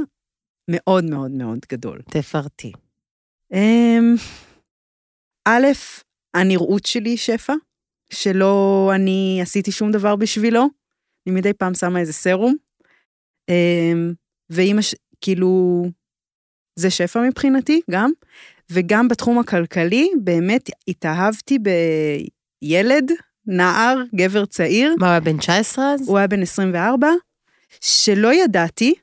S3: מאוד מאוד מאוד גדול.
S4: תפרטי.
S3: אמ, א', הנראות שלי היא שפע, שלא אני עשיתי שום דבר בשבילו, אני מדי פעם שמה איזה סרום, אמ, ואימא, ש- כאילו, זה שפע מבחינתי גם, וגם בתחום הכלכלי, באמת התאהבתי בילד, נער, גבר צעיר,
S4: מה, הוא היה בן 19 אז?
S3: הוא היה בן 24, שלא ידעתי,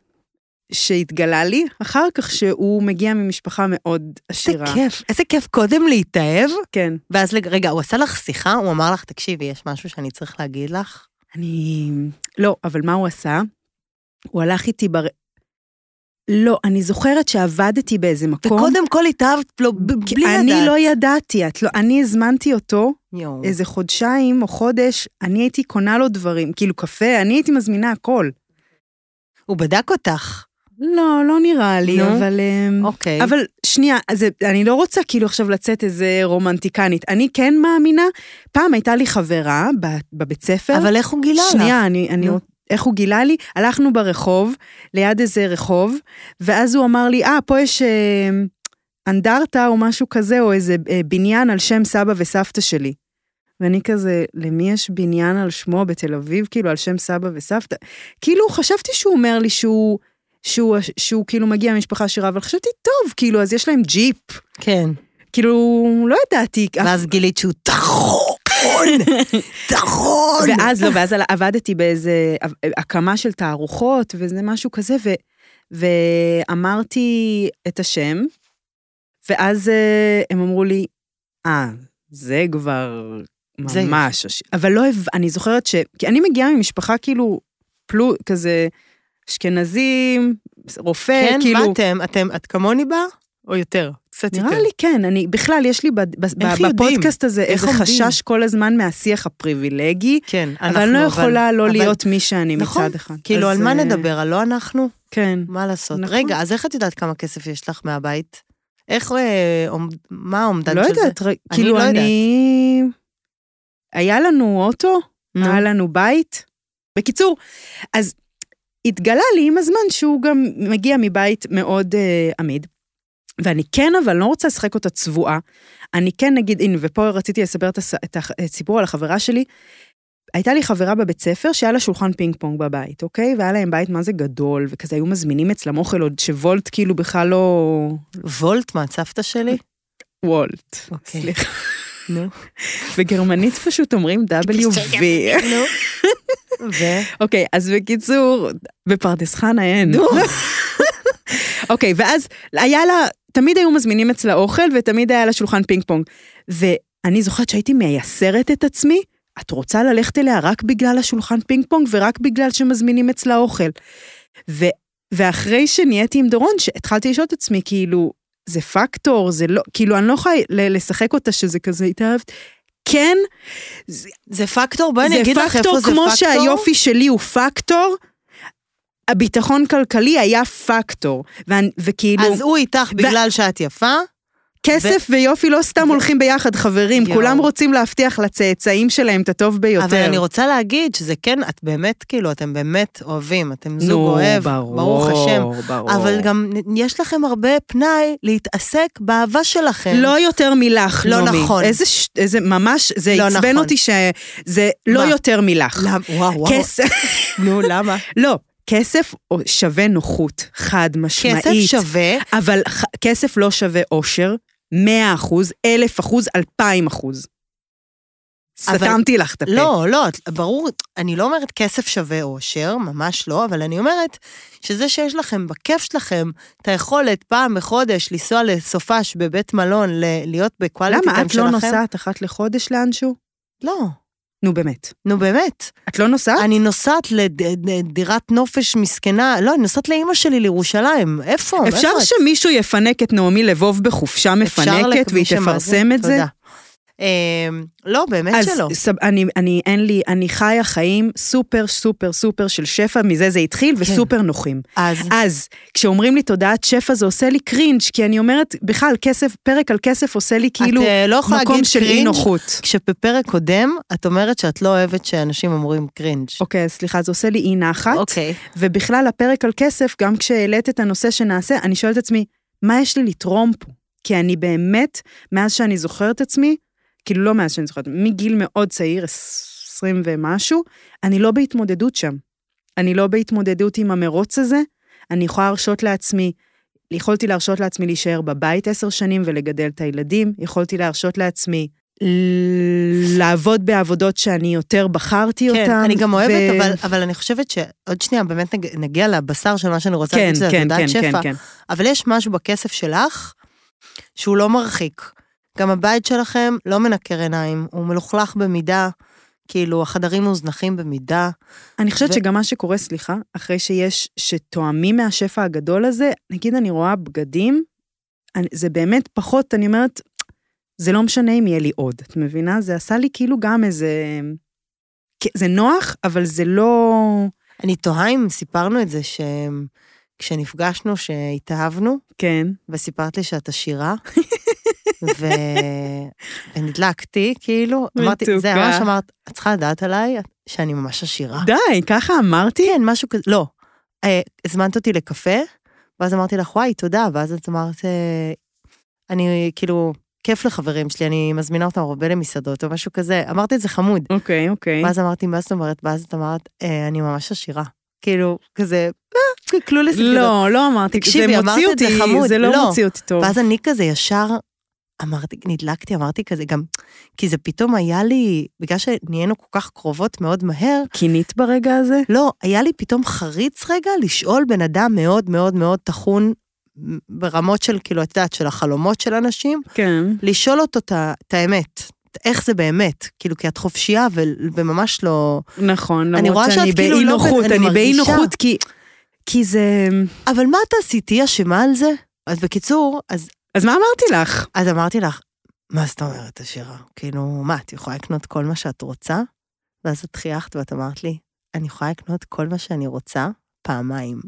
S3: שהתגלה לי, אחר כך שהוא מגיע ממשפחה מאוד
S4: איזה
S3: עשירה.
S4: כיף, איזה כיף קודם להתאהב,
S3: כן.
S4: ואז לג- רגע, הוא עשה לך שיחה, הוא אמר לך, תקשיבי, יש משהו שאני צריך להגיד לך?
S3: אני... לא, אבל מה הוא עשה? הוא הלך איתי בר... לא, אני זוכרת שעבדתי באיזה מקום.
S4: וקודם כל התאהבת לו ב- בלי לדעת.
S3: אני לא ידעתי, את לא... אני הזמנתי אותו
S4: יואו.
S3: איזה חודשיים או חודש, אני הייתי קונה לו דברים, כאילו קפה, אני הייתי מזמינה הכל.
S4: הוא בדק אותך.
S3: לא, לא נראה לי,
S4: נו.
S3: אבל... אמ,
S4: אוקיי.
S3: אבל שנייה, זה, אני לא רוצה כאילו עכשיו לצאת איזה רומנטיקנית. אני כן מאמינה, פעם הייתה לי חברה ב- בבית ספר.
S4: אבל איך הוא גילה לך?
S3: שנייה, אני, אני,
S4: נו.
S3: רוצ- איך הוא גילה לי? הלכנו ברחוב, ליד איזה רחוב, ואז הוא אמר לי, אה, פה יש אה, אנדרטה או משהו כזה, או איזה אה, בניין על שם סבא וסבתא שלי. ואני כזה, למי יש בניין על שמו בתל אביב, כאילו, על שם סבא וסבתא? כאילו, חשבתי שהוא אומר לי שהוא... שהוא, שהוא כאילו מגיע ממשפחה עשירה, אבל חשבתי, טוב, כאילו, אז יש להם ג'יפ.
S4: כן.
S3: כאילו, לא ידעתי.
S4: ואז גילית שהוא טחון, טחון.
S3: ואז לא, ואז על- עבדתי באיזה עב- הקמה של תערוכות וזה משהו כזה, ו, ואמרתי את השם, ואז אה, הם אמרו לי, אה, זה כבר
S4: זה-
S3: ממש, הש... אבל לא, הב- אני זוכרת ש... כי אני מגיעה ממשפחה כאילו, פלו, כזה, אשכנזים, רופא,
S4: כן,
S3: כאילו...
S4: מה אתם? אתם, את כמוני בה? או יותר? קצת יותר.
S3: נראה לי כן, אני, בכלל, יש לי בד- בס-
S4: איך
S3: ב-
S4: יודעים?
S3: בפודקאסט הזה
S4: איך
S3: איזה
S4: עומדים?
S3: חשש כל הזמן מהשיח הפריבילגי,
S4: כן,
S3: אבל אני לא יכולה לא להיות מי שאני
S4: נכון,
S3: מצד אחד.
S4: כאילו,
S3: אז,
S4: על מה
S3: אה,
S4: נדבר? על לא אנחנו?
S3: כן.
S4: מה לעשות?
S3: נכון.
S4: רגע, אז איך את יודעת כמה כסף יש לך מהבית? איך, אה, עומד- מה האומדן
S3: לא
S4: של זה?
S3: יודעת, רק-
S4: אני
S3: כאילו
S4: לא
S3: אני... היה לנו אוטו,
S4: נו.
S3: היה לנו בית. בקיצור, אז התגלה לי עם הזמן שהוא גם מגיע מבית מאוד אה, עמיד. ואני כן, אבל לא רוצה לשחק אותה צבועה. אני כן נגיד, הנה, ופה רציתי לספר את הס- את הח- את הסיפור על החברה שלי. הייתה לי חברה בבית ספר שהיה לה שולחן פינג פונג בבית, אוקיי? והיה להם בית מה זה גדול, וכזה היו מזמינים אצלם אוכל עוד שוולט כאילו בכלל לא...
S4: וולט, מה, את סבתא שלי?
S3: וולט.
S4: אוקיי.
S3: לא, סליחה.
S4: נו.
S3: בגרמנית פשוט אומרים WV.
S4: נו. ו...
S3: אוקיי, אז בקיצור, בפרדס חנה אין.
S4: נו.
S3: אוקיי, ואז היה לה, תמיד היו מזמינים אצלה אוכל ותמיד היה לה שולחן פינג פונג. ואני זוכרת שהייתי מייסרת את עצמי, את רוצה ללכת אליה רק בגלל השולחן פינג פונג ורק בגלל שמזמינים אצלה אוכל. ו, ואחרי שנהייתי עם דורון, שהתחלתי לשאול את עצמי, כאילו, זה פקטור, זה לא, כאילו, אני לא יכולה ל- לשחק אותה שזה כזה התאהבת. כן,
S4: זה פקטור, בואי אני
S3: זה
S4: אגיד לך איפה זה פקטור.
S3: פקטור כמו שהיופי שלי הוא פקטור, הביטחון כלכלי היה פקטור. ואני- וכאילו,
S4: אז הוא איתך בגלל שאת יפה,
S3: כסף ויופי לא סתם הולכים ביחד, חברים.
S4: יואו.
S3: כולם רוצים להבטיח לצאצאים שלהם את הטוב ביותר.
S4: אבל אני רוצה להגיד שזה כן, את באמת, כאילו, אתם באמת אוהבים, אתם זוג
S3: נו,
S4: אוהב,
S3: ברור,
S4: ברוך השם.
S3: ברור.
S4: אבל גם יש לכם הרבה פנאי להתעסק באהבה שלכם.
S3: לא יותר מלך,
S4: לא
S3: נעמי.
S4: נכון.
S3: איזה, ש... איזה ממש, זה
S4: לא
S3: עצבן
S4: נכון.
S3: אותי שזה לא
S4: מה?
S3: יותר מלך.
S4: למ- וואו, וואו.
S3: כסף,
S4: נו, למה?
S3: לא, כסף שווה נוחות, חד משמעית.
S4: כסף שווה,
S3: אבל ח- כסף לא שווה אושר, 100 אחוז, 1,000 אחוז, 2,000 אחוז.
S4: אבל-
S3: סתמתי לך את הפה.
S4: לא, לא, את- ברור, אני לא אומרת כסף שווה אושר, ממש לא, אבל אני אומרת שזה שיש לכם, בכיף שלכם, את היכולת פעם בחודש לנסוע לסופש בבית מלון, ל- להיות בקואליטי
S3: למה,
S4: טיים
S3: את לא
S4: שלכם.
S3: נוסעת אחת לחודש לאנשהו?
S4: לא,
S3: נו באמת.
S4: נו באמת.
S3: את לא נוסעת?
S4: אני נוסעת לדירת נופש מסכנה, לא, אני נוסעת לאימא שלי לירושלים, איפה?
S3: אפשר
S4: איפה את?
S3: שמישהו יפנק את נעמי לבוב בחופשה
S4: לא אפשר
S3: מפנקת
S4: לכ- מי
S3: והיא
S4: שמאזין,
S3: תפרסם את זה?
S4: תודה. אמ, לא, באמת
S3: אז
S4: שלא.
S3: סב, אני, אני, אין לי, אני חיה חיים סופר סופר סופר של שפע, מזה זה התחיל,
S4: כן.
S3: וסופר נוחים.
S4: אז
S3: אז כשאומרים לי תודעת שפע זה עושה לי קרינג', כי אני אומרת, בכלל, כסף, פרק על כסף עושה לי כאילו
S4: את אה, לא יכולה
S3: מקום
S4: להגיד
S3: של אי
S4: קרינג'
S3: נוחות.
S4: כשבפרק קודם את אומרת שאת לא אוהבת שאנשים אומרים קרינג'.
S3: אוקיי, אז סליחה, זה עושה לי אי נחת.
S4: אוקיי.
S3: ובכלל, הפרק על כסף, גם כשהעלית את הנושא שנעשה, אני שואלת את עצמי, מה יש לי לתרום פה? כי אני באמת, מאז שאני זוכרת את עצמי, כאילו לא מאז שאני זוכרת, מגיל מאוד צעיר, 20 ומשהו, אני לא בהתמודדות שם. אני לא בהתמודדות עם המרוץ הזה, אני יכולה להרשות לעצמי, יכולתי להרשות לעצמי להישאר בבית עשר שנים ולגדל את הילדים, יכולתי להרשות לעצמי ל- לעבוד בעבודות שאני יותר בחרתי אותן.
S4: כן, אני גם אוהבת,
S3: ו-
S4: אבל- אבל אני חושבת שעוד שנייה באמת נג- נגיע לבשר של מה שאני רוצה
S3: כן,
S4: להגיד, שזה
S3: כן, כן,
S4: תודעת
S3: כן,
S4: שפע.
S3: כן.
S4: אבל יש משהו בכסף שלך שהוא לא מרחיק. גם הבית שלכם לא מנקר עיניים, הוא מלוכלך במידה, כאילו החדרים מוזנחים במידה.
S3: אני חושבת
S4: ו-
S3: שגם מה שקורה, סליחה, אחרי שיש, שתואמים מהשפע הגדול הזה, נגיד אני רואה בגדים, אני, זה באמת פחות, אני אומרת, זה לא משנה אם יהיה לי עוד, את מבינה? זה עשה לי כאילו גם איזה... כ- זה נוח, אבל זה לא...
S4: אני תוהה אם סיפרנו את זה שכשנפגשנו, שהתאהבנו,
S3: כן.
S4: וסיפרת לי שאת עשירה, ו... ונדלקתי, כאילו, אמרתי, זה
S3: מתוקה.
S4: ממש אמרת, את צריכה לדעת עליי שאני ממש עשירה.
S3: די, ככה אמרתי?
S4: כן, משהו כזה, לא. אה, הזמנת אותי לקפה, ואז אמרתי לך, וואי, תודה, ואז את אמרת, אה, אני כאילו, כיף לחברים שלי, אני מזמינה אותם הרבה למסעדות או משהו כזה. אמרתי את זה חמוד.
S3: אוקיי, אוקיי.
S4: ואז אמרתי, מה זאת אומרת? ואז את אמרת, "אה, אני ממש עשירה. כאילו, כזה, אה, קלולס. כזה.
S3: לא, לא אמרתי,
S4: תקשיבי,
S3: זה
S4: אמרת
S3: מוציא
S4: את זה
S3: אותי,
S4: חמוד,
S3: זה לא
S4: לא.
S3: מוציא אותי טוב.
S4: ואז אני כזה ישר אמרתי, נדלקתי, אמרתי כזה גם, כי זה פתאום היה לי, בגלל שנהיינו כל כך קרובות מאוד מהר,
S3: קינית ברגע הזה?
S4: לא, היה לי פתאום חריץ רגע לשאול בן אדם מאוד מאוד מאוד טחון, מ- ברמות של, כאילו, את יודעת, של החלומות של אנשים,
S3: כן.
S4: לשאול אותו את ה- את האמת. איך זה באמת, כאילו, כי את חופשייה ו- וממש לא...
S3: נכון,
S4: אני
S3: למרות
S4: רואה
S3: שאני
S4: שאת כאילו
S3: באי
S4: לא-
S3: נוחות,
S4: אני
S3: אני באי
S4: מרגישה.
S3: נוחות כי... כי זה...
S4: אבל מה את עשית? תהיי אשמה על זה? אז בקיצור, אז
S3: אז מה אמרתי לך?
S4: אז אמרתי לך, מה זאת אומרת, השירה? כאילו, מה, את יכולה לקנות כל מה שאת רוצה? ואז את חייכת ואת אמרת לי, אני יכולה לקנות כל מה שאני רוצה פעמיים.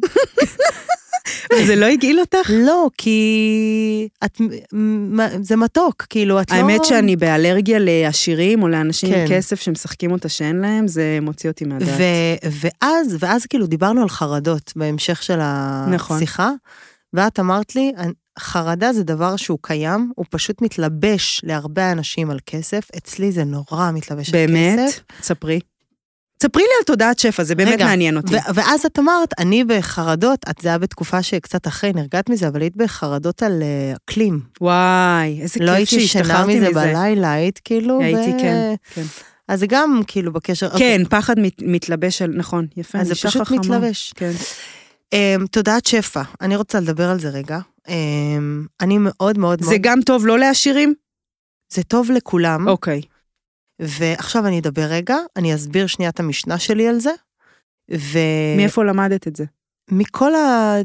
S3: זה לא הגעיל אותך?
S4: לא, כי את, מ- מ- זה מתוק, כאילו, את לא...
S3: האמת שאני באלרגיה לעשירים או לאנשים עם
S4: כן.
S3: כסף שמשחקים אותה שאין להם, זה מוציא אותי מהדעת.
S4: ו- ואז, ואז כאילו דיברנו על חרדות בהמשך של
S3: נכון.
S4: השיחה, ואת אמרת לי, "אני- חרדה זה דבר שהוא קיים, הוא פשוט מתלבש להרבה אנשים על כסף. אצלי זה נורא מתלבש על כסף.
S3: באמת? תספרי. תספרי לי על תודעת שפע, זה באמת
S4: רגע,
S3: מעניין אותי.
S4: ו- ואז את אמרת, אני בחרדות, את זה היה בתקופה שקצת אחרי, נרגעת מזה, אבל היית בחרדות על אה, אקלים.
S3: וואי, איזה
S4: לא
S3: כיף
S4: הייתי ישנה
S3: שהשתחררתי
S4: מזה
S3: מזה.
S4: בלילה, אוקיי. היית כאילו...
S3: הייתי, כן, כן.
S4: אז זה גם כאילו בקשר... אוקיי.
S3: כן, פחד מת- מתלבש על, נכון, יפה,
S4: אז זה
S3: אישה
S4: פשוט
S3: חכמה.
S4: מתלבש.
S3: כן.
S4: אמ, תודעת שפע, אני רוצה לדבר על זה רגע. אמ, אני מאוד מאוד
S3: זה
S4: מאוד...
S3: גם טוב לא לעשירים?
S4: אה. זה טוב לכולם.
S3: אוקיי.
S4: ועכשיו אני אדבר רגע, אני אסביר שנייה את המשנה שלי על זה. ו...
S3: מאיפה למדת את זה?
S4: מכל ה...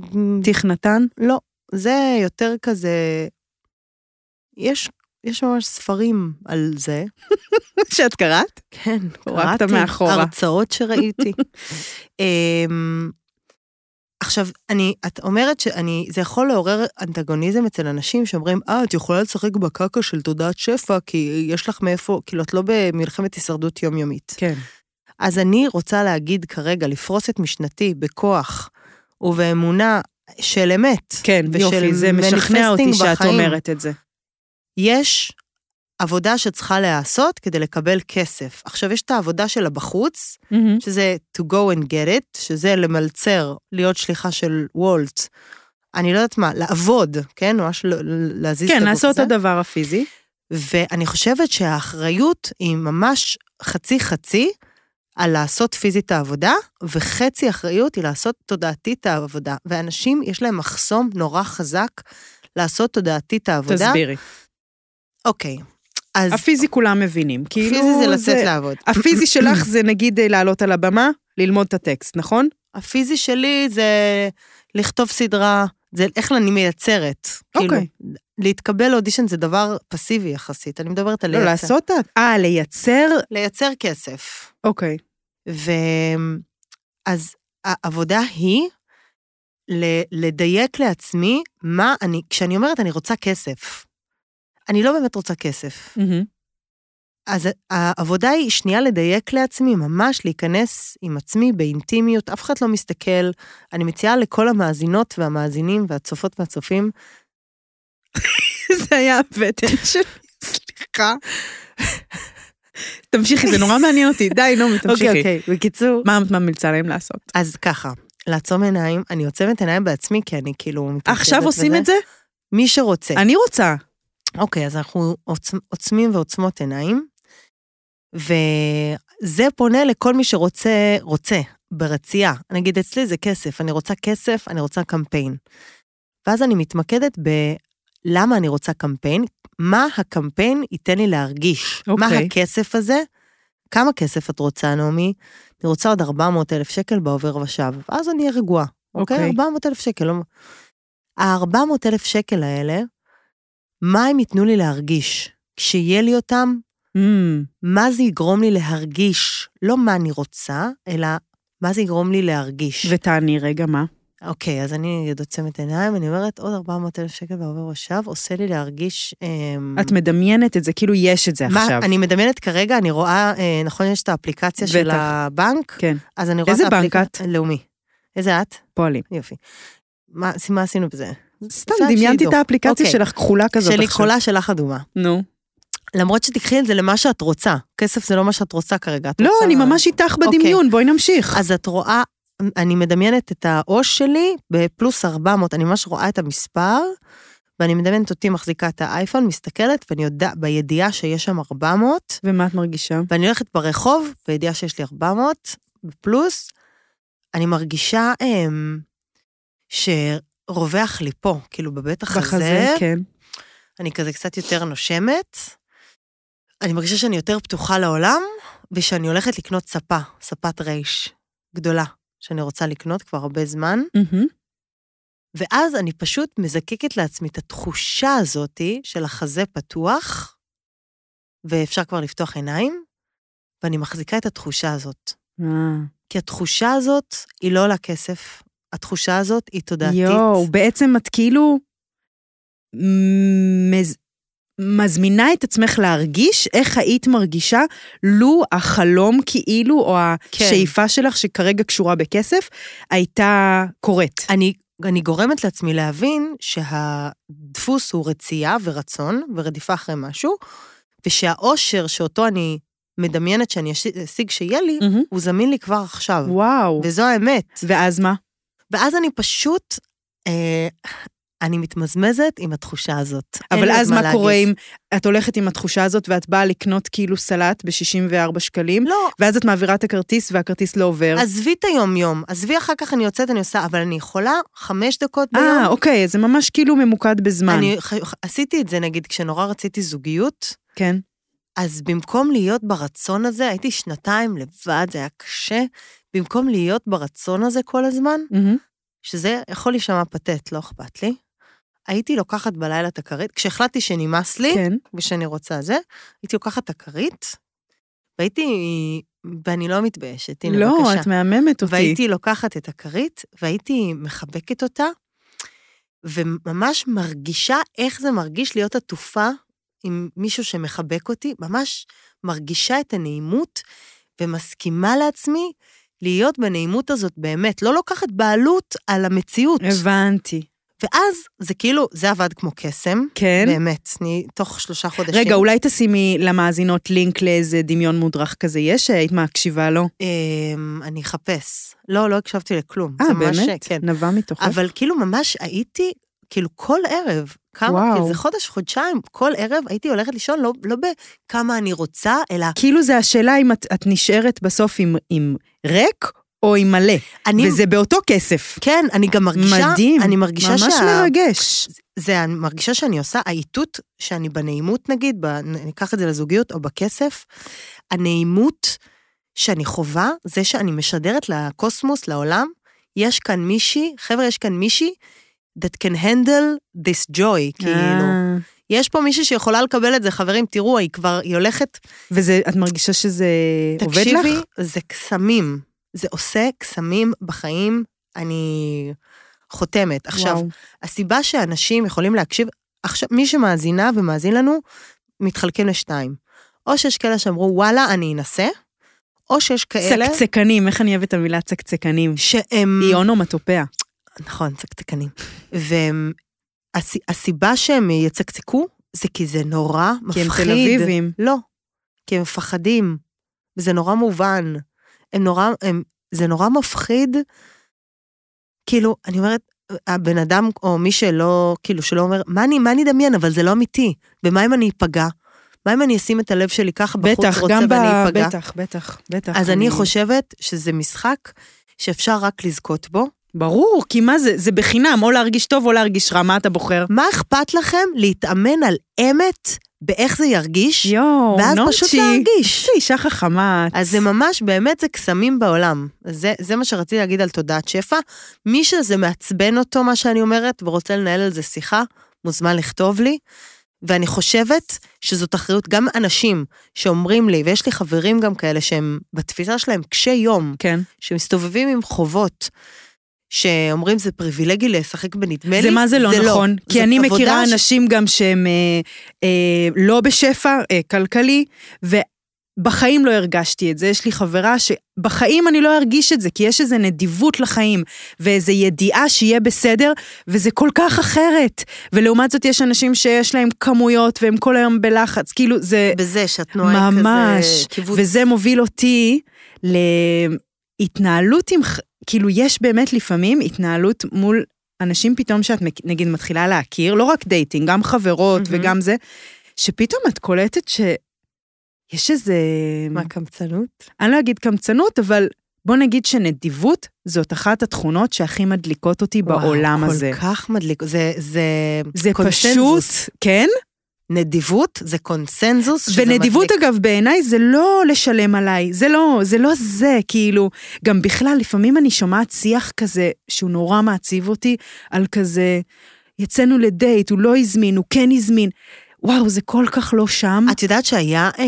S3: טיך נתן?
S4: לא, זה יותר כזה... יש, יש ממש ספרים על זה.
S3: שאת קראת?
S4: כן,
S3: הורקת מאחורה.
S4: הרצאות שראיתי. אמ, עכשיו, אני, את אומרת שאני, זה יכול לעורר אנטגוניזם אצל אנשים שאומרים, אה, את יכולה לשחק בקקה של תודעת שפע, כי יש לך מאיפה, כאילו, את לא במלחמת הישרדות יומיומית.
S3: כן.
S4: אז אני רוצה להגיד כרגע, לפרוס את משנתי בכוח ובאמונה של אמת.
S3: כן,
S4: ושל
S3: יופי, זה משכנע אותי
S4: manifesting
S3: שאת
S4: בחיים.
S3: אומרת את זה.
S4: יש עבודה שצריכה להיעשות כדי לקבל כסף. עכשיו, יש את העבודה שלה בחוץ, שזה to go and get it, שזה למלצר, להיות שליחה של וולט. אני לא יודעת מה, לעבוד, כן? ממש ל- ל- להזיז את
S3: כן,
S4: הגוף
S3: לעשות את
S4: הזה.
S3: הדבר הפיזי.
S4: ואני חושבת שהאחריות היא ממש חצי-חצי על לעשות פיזית את העבודה, וחצי אחריות היא לעשות תודעתית את העבודה. ואנשים, יש להם מחסום נורא חזק לעשות תודעתית את העבודה.
S3: תסבירי.
S4: אוקיי. אז
S3: הפיזי כולם מבינים. כאילו
S4: פיזי זה לצאת לעבוד.
S3: הפיזי שלך זה נגיד אה, לעלות על הבמה, ללמוד את הטקסט, נכון?
S4: הפיזי שלי זה לכתוב סדרה, זה איך אני מייצרת. כאילו,
S3: אוקיי.
S4: להתקבל לאודישן זה דבר פסיבי יחסית, אני מדברת על
S3: לא,
S4: לייצר.
S3: לעשות את... אה, לייצר?
S4: לייצר כסף.
S3: אוקיי.
S4: ואז העבודה היא ל- לדייק לעצמי מה אני, כשאני אומרת אני רוצה כסף, אני לא באמת רוצה כסף. אז העבודה היא שנייה לדייק לעצמי, ממש להיכנס עם עצמי באינטימיות, אף אחד לא מסתכל. אני מציעה לכל המאזינות והמאזינים והצופות והצופים,
S3: זה היה הבטן שלי, סליחה. תמשיכי, זה נורא מעניין אותי. די, נעמי,
S4: אוקיי,
S3: תמשיכי.
S4: אוקיי, בקיצור,
S3: מה את ממליצה להם לעשות?
S4: אז ככה, לעצום עיניים, אני עוצמת עיניים בעצמי, כי אני כאילו מתפקדת
S3: עכשיו עושים
S4: וזה.
S3: את זה?
S4: מי שרוצה.
S3: אני רוצה.
S4: אוקיי, אז אנחנו עוצ- עוצמים ועוצמות עיניים, וזה פונה לכל מי שרוצה, רוצה, ברצייה. נגיד, אצלי זה כסף, אני רוצה כסף, אני רוצה קמפיין. ואז אני מתמקדת בלמה אני רוצה קמפיין, מה הקמפיין ייתן לי להרגיש. מה
S3: אוקיי.
S4: הכסף הזה? כמה כסף את רוצה, נעמי? אני רוצה עוד 400 אלף שקל בעובר ושב, ואז אני אהיה רגועה. אוקיי?
S3: אוקיי.
S4: 400 אלף שקל. לא- ה-400 אלף שקל האלה, מה הם ייתנו לי להרגיש? כשיהיה לי אותם,
S3: אמ,
S4: מה זה יגרום לי להרגיש? לא מה אני רוצה, אלא מה זה יגרום לי להרגיש.
S3: ותעני רגע, מה?
S4: אוקיי, אז אני עוצמת עיניים, אני אומרת, עוד 400 אלף שקל בעובר ושב, עושה לי להרגיש... אמ,
S3: את מדמיינת את זה, כאילו יש את זה
S4: מה-
S3: עכשיו.
S4: אני מדמיינת כרגע, אני רואה, אה, נכון, יש את האפליקציה של
S3: בטח.
S4: הבנק?
S3: כן.
S4: אז אני רואה את
S3: איזה בנק
S4: האפליקציה- לאומי. איזה את?
S3: פועלים.
S4: יופי. מה מה עשינו בזה?
S3: סתם,
S4: אפשר
S3: דמיינתי את
S4: שידעו.
S3: האפליקציה
S4: אוקיי.
S3: שלך כחולה כזאת
S4: שלי
S3: עכשיו.
S4: קולה שלך אדומה.
S3: נו.
S4: למרות שתקחי את זה למה שאת רוצה. כסף זה לא מה שאת רוצה כרגע. את
S3: לא,
S4: רוצה...
S3: אני ממש איתך
S4: אוקיי.
S3: בדמיון, בואי נמשיך.
S4: אז את רואה, אני מדמיינת את העו"ש שלי בפלוס 400, אני ממש רואה את המספר, ואני מדמיינת אותי מחזיקה את האייפון, מסתכלת, ואני יודעת, בידיעה שיש שם 400,
S3: ומה את מרגישה?
S4: ואני הולכת ברחוב, בידיעה שיש לי 400, פלוס, אני מרגישה אמ, שרווח לי פה, כאילו בבית החזה,
S3: בחזה, כן.
S4: אני כזה קצת יותר נושמת. אני מרגישה שאני יותר פתוחה לעולם, ושאני הולכת לקנות ספה, ספת רייש גדולה, שאני רוצה לקנות כבר הרבה זמן,
S3: מהמם.
S4: ואז אני פשוט מזקקת לעצמי את התחושה הזאתי של החזה פתוח, ואפשר כבר לפתוח עיניים, ואני מחזיקה את התחושה הזאת.
S3: אה.
S4: כי התחושה הזאת היא לא עולה כסף, התחושה הזאת היא תודעתית.
S3: יואו, בעצם את כאילו מז- מזמינה את עצמך להרגיש איך היית מרגישה לו החלום
S4: כן.
S3: כאילו, או השאיפה שלך שכרגע קשורה בכסף, הייתה קורית.
S4: אני אני גורמת לעצמי להבין שהדפוס הוא רצייה ורצון ורדיפה אחרי משהו, ושהאושר שאותו אני מדמיינת שאני אש- אשיג שיהיה לי,
S3: מהמם.
S4: הוא זמין לי כבר עכשיו.
S3: Mm. וואו.
S4: וזו האמת.
S3: ואז מה?
S4: ואז אני פשוט, אה, אני מתמזמזת עם התחושה הזאת. אין
S3: אבל
S4: לי עוד
S3: אז מה קורה
S4: להגיד.
S3: אם את הולכת עם התחושה הזאת ואת באה לקנות כאילו סלט ב-64 שקלים,
S4: לא,
S3: ואז את מעבירה את הכרטיס והכרטיס לא עובר?
S4: עזבי את היום-יום, עזבי אחר כך אני יוצאת, אני עושה, אבל אני יכולה חמש דקות ביום.
S3: אה, אוקיי, אז זה ממש כאילו ממוקד בזמן.
S4: אני ח... עשיתי את זה, נגיד, כשנורא רציתי זוגיות,
S3: כן.
S4: אז במקום להיות ברצון הזה, הייתי שנתיים לבד, זה היה קשה, במקום להיות ברצון הזה כל הזמן,
S3: מהמם.
S4: שזה יכול להישמע פתט, לא אכפת לי, הייתי לוקחת בלילה את הכרית, כשהחלטתי שנמאס לי,
S3: כן.
S4: ושאני רוצה זה, הייתי לוקחת את הכרית, והייתי, ואני לא מתביישת, הנה,
S3: לא,
S4: בבקשה.
S3: את מהממת אותי.
S4: והייתי לוקחת את הכרית, והייתי מחבקת אותה, וממש מרגישה איך זה מרגיש להיות עטופה עם מישהו שמחבק אותי, ממש מרגישה את הנעימות ומסכימה לעצמי להיות בנעימות הזאת באמת, לא לוקחת בעלות על המציאות.
S3: הבנתי.
S4: ואז זה כאילו, זה עבד כמו קסם,
S3: כן.
S4: באמת, אני תוך שלושה חודשים.
S3: רגע, אולי תשימי למאזינות לינק לאיזה דמיון מודרך כזה יש שהיית מקשיבה לו?
S4: אמ, אני אחפש. לא, לא הקשבתי לכלום.
S3: אה,
S4: זה ממש-
S3: באמת?
S4: כן.
S3: נבע מתוכך?
S4: אבל כאילו ממש הייתי, כאילו כל ערב, כמה,
S3: וואו.
S4: כאילו זה חודש, חודשיים, כל ערב הייתי הולכת לישון לא, לא בכמה אני רוצה, אלא
S3: כאילו זה השאלה אם את, את נשארת בסוף עם, עם ריק או עם מלא,
S4: אני, וזה...
S3: וזה באותו כסף.
S4: כן, אני גם מרגישה,
S3: מדהים,
S4: אני מרגישה
S3: ממש
S4: שה...
S3: מרגש.
S4: זה, אני מרגישה שאני עושה, האיתות שאני בנעימות נגיד, ב, אני אקח את זה לזוגיות או בכסף, הנעימות שאני חווה, זה שאני משדרת לקוסמוס, לעולם, יש כאן מישהי, חבר'ה, יש כאן מישהי that can handle this joy, כאילו.
S3: אה,
S4: יש פה מישהי שיכולה לקבל את זה, חברים, תראו, היא כבר, היא הולכת,
S3: ואת מרגישה שזה עובד לך?
S4: תקשיבי, זה קסמים. זה עושה קסמים בחיים, אני חותמת. עכשיו,
S3: וואו.
S4: הסיבה שאנשים יכולים להקשיב, עכשיו, מי שמאזינה ומאזין לנו, מתחלקים לשתיים. או שיש כאלה שאמרו, וואלה, אני אנסה, או שיש כאלה
S3: צקצקנים, איך אני אוהבת את המילה צקצקנים?
S4: שהם...
S3: היא אונומטופיה.
S4: נכון, צקצקנים. והסיבה שהם יצקצקו, זה כי זה נורא
S3: כי
S4: מפחיד.
S3: הם תל אביבים.
S4: לא, כי הם מפחדים, וזה נורא מובן. הם נורא, הם, זה נורא מפחיד. כאילו, אני אומרת, הבן אדם, או מי שלא, כאילו, שלא אומר, מה אני, מה אני אדמיין, אבל זה לא אמיתי. ומה אם אני אפגע? מה אם אני אשים את הלב שלי ככה בחוץ
S3: בטח,
S4: רוצה
S3: גם ב...
S4: ואני אפגע?
S3: בטח, בטח, בטח.
S4: אז אני חושבת שזה משחק שאפשר רק לזכות בו.
S3: ברור, כי מה זה, זה בחינם, או להרגיש טוב או להרגיש רע, מה אתה בוחר?
S4: מה אכפת לכם להתאמן על אמת באיך זה ירגיש?
S3: יואו,
S4: ואז
S3: נוצ'י.
S4: פשוט להרגיש.
S3: איזה אישה חכמה. את.
S4: אז זה ממש, באמת זה קסמים בעולם. זה, זה מה שרציתי להגיד על תודעת שפע. מי שזה מעצבן אותו, מה שאני אומרת, ורוצה לנהל על זה שיחה, מוזמן לכתוב לי. ואני חושבת שזאת אחריות, גם אנשים שאומרים לי, ויש לי חברים גם כאלה שהם, בתפיסה שלהם, קשי יום,
S3: כן.
S4: שמסתובבים עם חובות, שאומרים זה פריבילגי לשחק בנדמה לי.
S3: זה מה זה לא נכון, כי
S4: זאת
S3: אני
S4: עבודה
S3: מכירה
S4: ש-
S3: אנשים גם שהם אה, אה, לא בשפע אה, כלכלי, ובחיים לא הרגשתי את זה. יש לי חברה שבחיים אני לא ארגיש את זה, כי יש איזו נדיבות לחיים, ואיזו ידיעה שיהיה בסדר, וזה כל כך אחרת. ולעומת זאת יש אנשים שיש להם כמויות, והם כל היום בלחץ, כאילו זה...
S4: בזה שהתנועה היא
S3: ממש,
S4: כזה קיבוץ.
S3: וזה מוביל אותי להתנהלות עם, ח- כאילו יש באמת לפעמים התנהלות מול אנשים פתאום שאת מק- נגיד מתחילה להכיר, לא רק דייטינג, גם חברות
S4: מהמם.
S3: וגם זה, שפתאום את קולטת שיש איזה,
S4: מה, קמצנות?
S3: אני לא אגיד קמצנות, אבל בוא נגיד שנדיבות זאת אחת התכונות שהכי מדליקות אותי בעולם
S4: וואו,
S3: הזה.
S4: כל כך מדליק, זה, זה,
S3: זה פשוט,
S4: קונצנזוס.
S3: כן,
S4: נדיבות זה קונסנזוס שזה
S3: ונדיבות,
S4: מדליק.
S3: אגב, בעיניי זה לא לשלם עליי, זה לא זה, לא זה כאילו, גם בכלל, לפעמים אני שומעת שיח כזה, שהוא נורא מעציב אותי, על כזה, יצאנו לדייט, הוא לא הזמין, הוא כן הזמין. וואו, זה כל כך לא שם.
S4: את יודעת שהיה אה,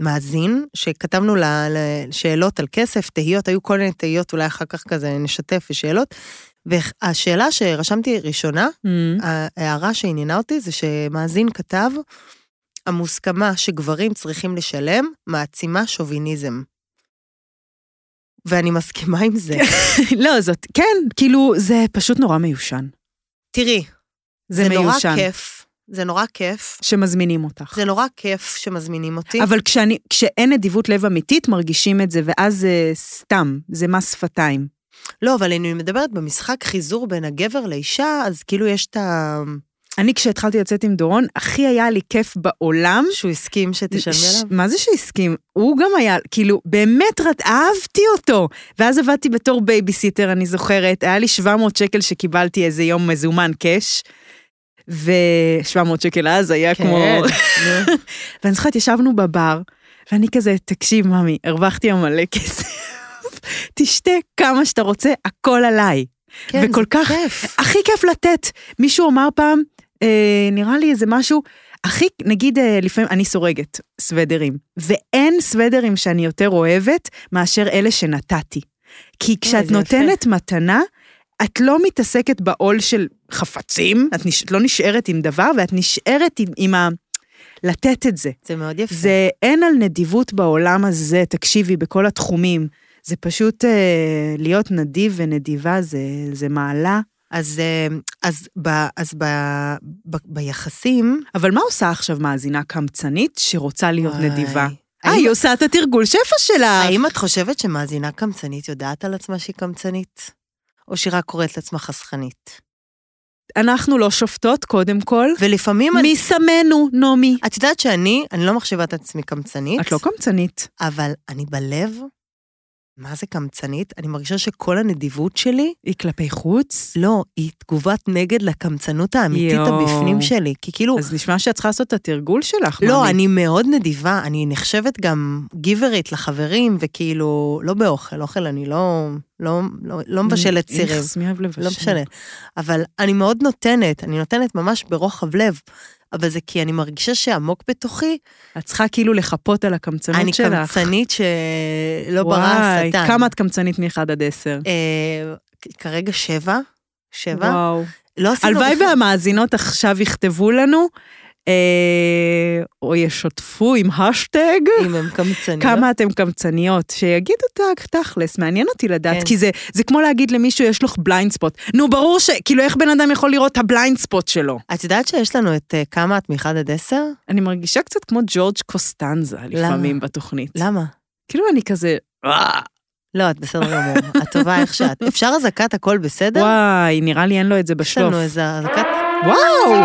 S4: מאזין שכתבנו לה- לשאלות על כסף, תהיות, היו כל מיני תהיות, אולי אחר כך כזה נשתף בשאלות. והשאלה שרשמתי ראשונה, ההערה שעניינה אותי זה שמאזין כתב, המוסכמה שגברים צריכים לשלם מעצימה שוביניזם. ואני מסכימה עם זה.
S3: לא, זאת, כן, כאילו, זה פשוט נורא מיושן.
S4: תראי,
S3: זה,
S4: זה נורא
S3: מיושן.
S4: כיף, זה נורא כיף,
S3: שמזמינים אותך.
S4: זה נורא כיף שמזמינים אותי.
S3: אבל כשאני, כשאין נדיבות לב אמיתית, מרגישים את זה, ואז זה סתם, זה מס שפתיים.
S4: לא, אבל אני מדברת במשחק חיזור בין הגבר לאישה, אז כאילו יש את ה...
S3: אני, כשהתחלתי לצאת עם דורון, הכי היה לי כיף בעולם.
S4: שהוא הסכים שתשלמי
S3: ש-
S4: עליו.
S3: מה זה שהסכים? הוא גם היה, כאילו, באמת רט, אהבתי אותו. ואז עבדתי בתור בייביסיטר, אני זוכרת, היה לי 700 שקל שקיבלתי איזה יום מזומן קאש, ו-700 שקל אז היה
S4: כן,
S3: כמו...
S4: נו.
S3: ואני זוכרת, ישבנו בבר, ואני כזה, תקשיב, ממי, הרווחתי היום מלא כסף, תשתה כמה שאתה רוצה, הכל עליי.
S4: כן, זה
S3: וכל כך-
S4: כיף.
S3: הכי כיף לתת. מישהו אמר פעם, אה, נראה לי איזה משהו, הכי, נגיד, אה, לפעמים, אני סורגת סוודרים, ואין סוודרים שאני יותר אוהבת מאשר אלה שנתתי. כי כשאת
S4: זה יפה.
S3: נותנת מתנה, את לא מתעסקת בעול של חפצים, את נש... את לא נשארת עם דבר, ואת נשארת עם, עם ה... לתת את זה.
S4: זה מאוד יפה.
S3: זה אין על נדיבות בעולם הזה, תקשיבי, בכל התחומים. זה פשוט אה, להיות נדיב ונדיבה, זה, זה מעלה.
S4: אז, אה, אז, ב, אז ב, ב, ביחסים...
S3: אבל מה עושה עכשיו מאזינה קמצנית שרוצה להיות
S4: וואי.
S3: נדיבה? אה,
S4: האם-
S3: היא עושה את התרגול שפע שלה.
S4: האם את חושבת שמאזינה קמצנית יודעת על עצמה שהיא קמצנית? או שהיא רק קוראת לעצמה חסכנית?
S3: אנחנו לא שופטות, קודם כל.
S4: ולפעמים...
S3: מי שמנו, נעמי?
S4: את יודעת שאני, אני לא מחשיבה את עצמי קמצנית,
S3: את לא קמצנית.
S4: אבל אני בלב, מה זה קמצנית? אני מרגישה שכל הנדיבות שלי,
S3: היא כלפי חוץ?
S4: לא, היא תגובת נגד לקמצנות האמיתית
S3: יואו.
S4: הבפנים שלי. כי כאילו,
S3: אז נשמע שאת צריכה לעשות את התרגול שלך,
S4: לא,
S3: נעמי.
S4: אני מאוד נדיבה, אני נחשבת גם גיברית לחברים, וכאילו, לא באוכל, אוכל אני לא, לא, לא, לא מבשלת צירים.
S3: איכס, מי Mm, אוהב לבשל?
S4: לא משנה. אבל אני מאוד נותנת, אני נותנת ממש ברוחב לב. אבל זה כי אני מרגישה שעמוק בתוכי,
S3: את צריכה כאילו לחפות על הקמצנות
S4: אני
S3: שלך.
S4: קמצנית שלא ברא
S3: וואי,
S4: השטן.
S3: כמה את קמצנית מ-1 עד 10?
S4: אה, כ- כרגע שבע, שבע.
S3: וואו.
S4: לא עשינו...
S3: הלוואי
S4: בכלל-
S3: והמאזינות עכשיו יכתבו לנו, אה, או ישתפו עם השטג.
S4: אם הם לא? קמצניות.
S3: כמה אתם קמצניות, שיגידו תג תכלס, מעניין אותי לדעת,
S4: כן.
S3: כי זה, זה כמו להגיד למישהו, יש לך בליינד ספוט. נו, ברור ש... כאילו, איך בן אדם יכול לראות את הבליינד ספוט שלו?
S4: את יודעת שיש לנו את אה, כמה את מאחד עד עשר?
S3: אני מרגישה קצת כמו ג'ורג' קוסטנזה לפעמים בתוכנית.
S4: למה?
S3: כאילו, אני כזה, "אה,
S4: לא, את בסדר גמור, את טובה איך שאת. אפשר אזעקת הכל בסדר?
S3: וואי, נראה לי אין לו את זה
S4: יש
S3: בשלוף.
S4: לנו איזה אזעקת...
S3: וואו!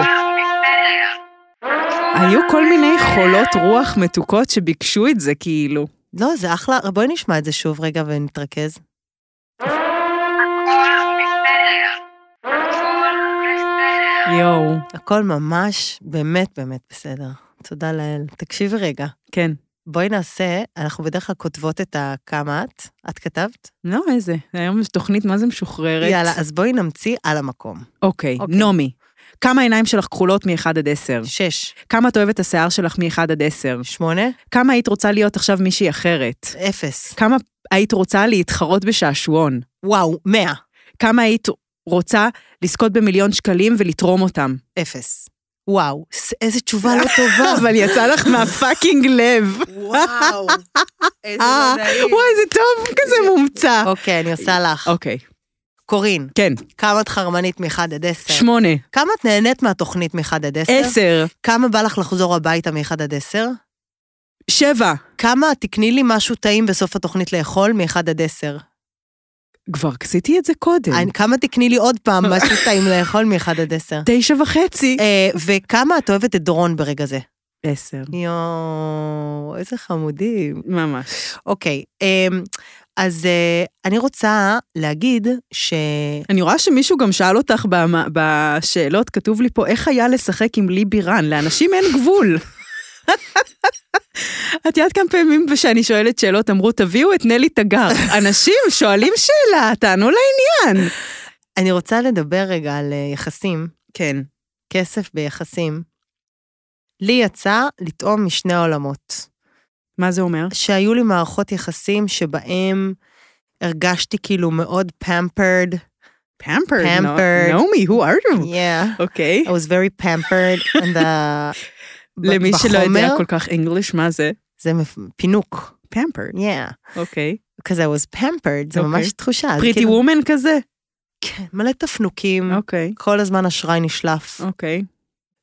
S3: היו כל מיני חולות רוח מתוקות שביקשו את זה, כאילו.
S4: לא, זה אחלה, בואי נשמע את זה שוב רגע ונתרכז.
S3: יואו.
S4: הכל ממש, באמת באמת בסדר. תודה לאל. תקשיבי רגע,
S3: כן.
S4: בואי נעשה, אנחנו בדרך כלל כותבות את הכמה את, את כתבת?
S3: לא, איזה. היום יש תוכנית מה זה משוחררת.
S4: יאללה, אז בואי נמציא על המקום.
S3: אוקיי,
S4: אוקיי.
S3: נעמי. כמה העיניים שלך כחולות מ-1 עד 10?
S4: שש,
S3: כמה את אוהבת את השיער שלך מ-1 עד 10?
S4: שמונה,
S3: כמה היית רוצה להיות עכשיו מישהי אחרת?
S4: אפס.
S3: כמה היית רוצה להתחרות בשעשועון?
S4: וואו, מאה,
S3: כמה היית רוצה לזכות במיליון שקלים ולתרום אותם?
S4: אפס. וואו, ס- איזה תשובה לא טובה.
S3: אבל יצא לך מהפאקינג לב.
S4: וואו, איזה
S3: אה, וואי, זה טוב, כזה מומצא.
S4: אוקיי, אני עושה לך.
S3: אוקיי,
S4: קורין,
S3: כן,
S4: כמה את חרמנית מ-1 עד 10?
S3: שמונה,
S4: כמה את נהנית מהתוכנית מ-1 עד 10?
S3: עשר,
S4: כמה בא לך לחזור הביתה מ-1 עד 10?
S3: שבע.
S4: כמה תקני לי משהו טעים בסוף התוכנית לאכול מ-1 עד 10?
S3: כבר עשיתי את זה קודם.
S4: אני- כמה תקני לי עוד פעם משהו טעים לאכול מ-1 עד 10?
S3: תשע וחצי.
S4: אה, וכמה את אוהבת את דורון ברגע זה?
S3: עשר.
S4: יואו, איזה חמודים.
S3: ממש.
S4: אוקיי, אמ, אז אה, אני רוצה להגיד ש...
S3: אני רואה שמישהו גם שאל אותך במה- בשאלות, כתוב לי פה, איך היה לשחק עם לי בירן? לאנשים אין גבול. את יודעת כמה פעמים שאני שואלת שאלות, אמרו, תביאו את נלי תגר. אנשים שואלים שאלה, תענו לעניין.
S4: אני רוצה לדבר רגע על אה, יחסים.
S3: כן.
S4: כסף ביחסים. לי יצא לטעום משני העולמות,
S3: מה זה אומר?
S4: שהיו לי מערכות יחסים שבהם הרגשתי כאילו מאוד pampered.
S3: פמפרד.
S4: Pampered.
S3: נעמי, who are you?
S4: Yeah.
S3: אוקיי.
S4: I was very pampered. and the...
S3: למי שלא יודע
S4: בחומר,
S3: כל כך אנגליש, מה זה?
S4: זה מפ- פינוק.
S3: pampered.
S4: Yeah.
S3: אוקיי.
S4: כזה I was pampered, זה ממש
S3: אוקיי.
S4: תחושה. אז
S3: פריטי
S4: כאילו-
S3: וומן כזה?
S4: כן, מלא תפנוקים,
S3: אוקיי.
S4: כל הזמן אשראי נשלף.
S3: אוקיי.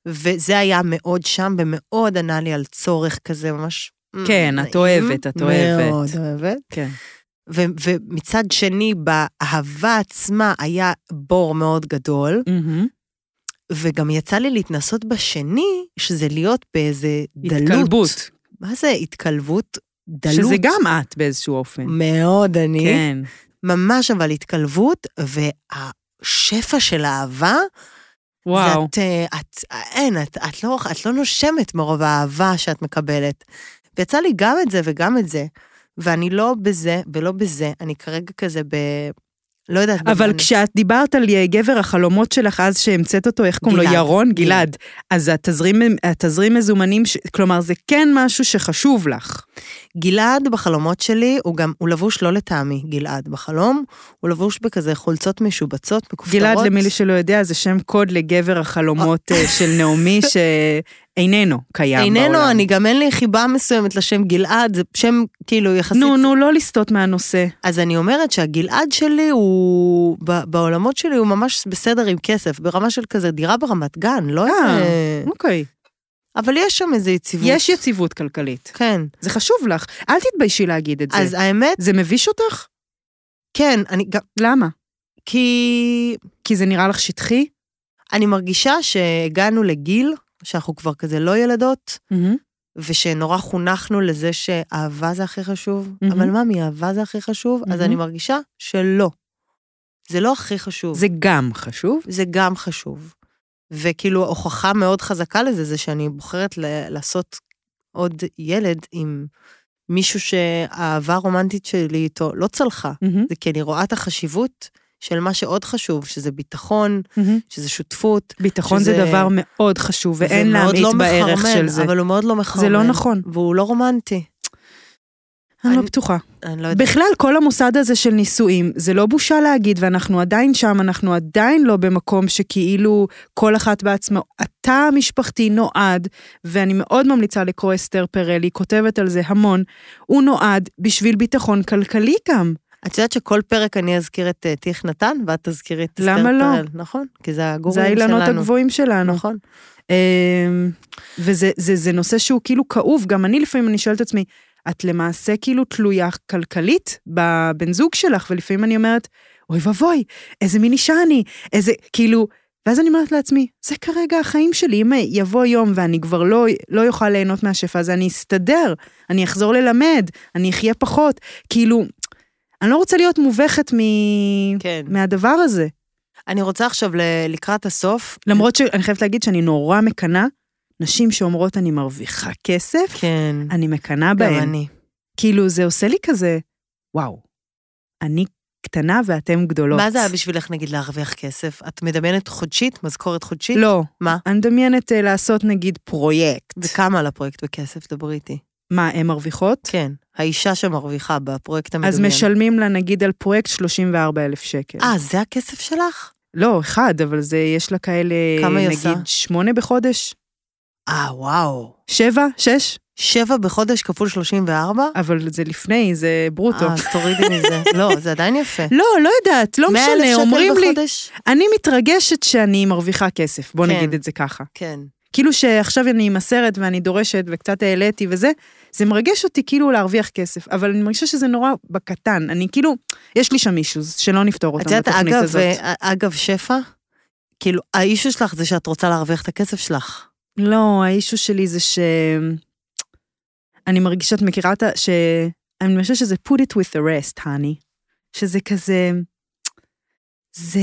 S4: וזה היה מאוד שם, ומאוד ענה לי על צורך כזה, ממש... mm,
S3: כן, את
S4: נעים.
S3: אוהבת, את אוהבת.
S4: מאוד אוהבת.
S3: כן.
S4: ו- ומצד שני, באהבה עצמה היה בור מאוד גדול, וגם יצא לי להתנסות בשני, שזה להיות באיזה דלות.
S3: התקלבות.
S4: מה זה התקלבות? דלות.
S3: שזה גם את באיזשהו אופן.
S4: מאוד אני.
S3: כן.
S4: ממש אבל התקלבות, והשפע של אהבה,
S3: וואו.
S4: זה את, אה, את, אין, את, את, לא, את לא נושמת מרוב האהבה שאת מקבלת. ויצא לי גם את זה וגם את זה, ואני לא בזה ולא בזה, אני כרגע כזה ב... לא יודעת. במה
S3: אבל
S4: אני-
S3: כשאת דיברת על אה, גבר החלומות שלך אז שהמצאת אותו, איך קוראים לו?
S4: גלעד. כן.
S3: ירון?
S4: גלעד.
S3: גלעד. אז התזרים, התזרים מזומנים, ש... כלומר זה כן משהו שחשוב לך.
S4: גלעד בחלומות שלי, הוא גם, הוא לבוש לא לטעמי, גלעד בחלום, הוא לבוש בכזה חולצות משובצות, מכופתרות.
S3: גלעד, למי שלא יודע, זה שם קוד לגבר החלומות אה, של נעמי שאיננו קיים בעולם.
S4: איננו, אני גם אין לי חיבה מסוימת לשם גלעד, זה שם כאילו יחסית...
S3: נו, נו, לא לסטות מהנושא.
S4: אז אני אומרת שהגלעד שלי הוא, ב- בעולמות שלי הוא ממש בסדר עם כסף, ברמה של כזה דירה ברמת גן, לא
S3: אה.
S4: איזה...
S3: אוקיי.
S4: אבל יש שם איזה יציבות.
S3: יש יציבות כלכלית.
S4: כן.
S3: זה חשוב לך. אל תתביישי להגיד את זה.
S4: אז האמת,
S3: זה מביש אותך?
S4: כן, אני גם...
S3: למה?
S4: כי
S3: כי זה נראה לך שטחי?
S4: אני מרגישה שהגענו לגיל, שאנחנו כבר כזה לא ילדות, ושנורא חונכנו לזה שאהבה זה הכי חשוב.
S3: מהמם.
S4: אבל מה, מאהבה זה הכי חשוב? אז
S3: מהמם.
S4: אני מרגישה שלא. זה לא הכי חשוב.
S3: זה גם חשוב.
S4: זה גם חשוב. וכאילו, ההוכחה מאוד חזקה לזה, זה שאני בוחרת ל- לעשות עוד ילד עם מישהו שהאהבה הרומנטית שלי איתו לא צלחה. זה כי אני רואה את החשיבות של מה שעוד חשוב, שזה ביטחון, שזה שותפות.
S3: ביטחון זה
S4: שזה-
S3: דבר מאוד חשוב, ואין
S4: זה מאוד
S3: להמעיט
S4: לא
S3: בערך
S4: מחרמן,
S3: של זה.
S4: אבל הוא מאוד לא מחרמן.
S3: זה לא נכון.
S4: והוא לא רומנטי.
S3: אני לא
S4: אני-
S3: בטוחה.
S4: אני לא יודעת.
S3: בכלל, כל המוסד הזה של נישואים, זה לא בושה להגיד, ואנחנו עדיין שם, אנחנו עדיין לא במקום שכאילו כל אחת בעצמה, התא המשפחתי נועד, ואני מאוד ממליצה לקרוא אסתר פרל, היא כותבת על זה המון, הוא נועד בשביל ביטחון כלכלי גם.
S4: את יודעת שכל פרק אני אזכיר את אה, טיך נתן, ואת תזכירי את אסתר
S3: למה לא?
S4: פרל, נכון? כי זה הגורים
S3: זה
S4: שלנו.
S3: האילנות הגבוהים שלנו.
S4: נכון.
S3: אמ, וזה זה, זה נושא שהוא כאילו כאוב, גם אני לפעמים אני שואלת את עצמי, את למעשה כאילו תלויה כלכלית בבן זוג שלך, ולפעמים אני אומרת, אוי ואבוי, איזה מין אישה אני, איזה, כאילו, ואז אני אומרת לעצמי, זה כרגע החיים שלי, אם יבוא יום ואני כבר לא, לא יוכל ליהנות מהשפע הזה, אני אסתדר, אני אחזור ללמד, אני אחיה פחות, כאילו, אני לא רוצה להיות מובכת מ...
S4: כן.
S3: מהדבר הזה.
S4: אני רוצה עכשיו, ל- לקראת הסוף,
S3: למרות שאני חייבת להגיד שאני נורא מקנאה, נשים שאומרות אני מרוויחה כסף,
S4: כן,
S3: אני מקנאה
S4: גם
S3: בהן.
S4: אני.
S3: כאילו, זה עושה לי כזה, וואו, אני קטנה ואתם גדולות.
S4: מה זה היה בשבילך, נגיד, להרוויח כסף? את מדמיינת חודשית, משכורת חודשית?
S3: לא.
S4: מה?
S3: אני מדמיינת אה, לעשות נגיד פרויקט.
S4: וכמה על הפרויקט בכסף, דברי איתי.
S3: מה, הן מרוויחות?
S4: כן, האישה שמרוויחה בפרויקט המדומיין.
S3: אז משלמים לה נגיד על פרויקט 34,000 שקל.
S4: אה, זה הכסף שלך?
S3: לא, אחד, אבל זה, יש לה כאלה,
S4: כמה היא עושה?
S3: נגיד, שמונה בחודש?
S4: אה, וואו.
S3: שבע? שש?
S4: שבע בחודש כפול 34?
S3: אבל זה לפני, זה ברוטו.
S4: אה, אז תורידי מזה. לא, זה עדיין יפה.
S3: לא, לא יודעת, לא
S4: 100,000
S3: משנה,
S4: שקל
S3: אומרים לי,
S4: בחודש?
S3: אני מתרגשת שאני מרוויחה כסף, בוא
S4: כן.
S3: נגיד את זה ככה.
S4: כן.
S3: כאילו שעכשיו אני עם הסרט ואני דורשת וקצת העליתי וזה, זה מרגש אותי כאילו להרוויח כסף, אבל אני מרגישה שזה נורא בקטן, אני כאילו, יש לי שם אישוז שלא נפתור
S4: את
S3: אותם
S4: יודעת,
S3: בתוכנית
S4: אגב,
S3: הזאת.
S4: אה, אגב שפע, כאילו, האישו שלך זה שאת רוצה להרוויח את הכסף שלך.
S3: לא, האישו שלי זה ש... אני מרגישה, את מכירה את ה... ש... אני מרגישה שזה put it with the rest, honey. שזה כזה... זה...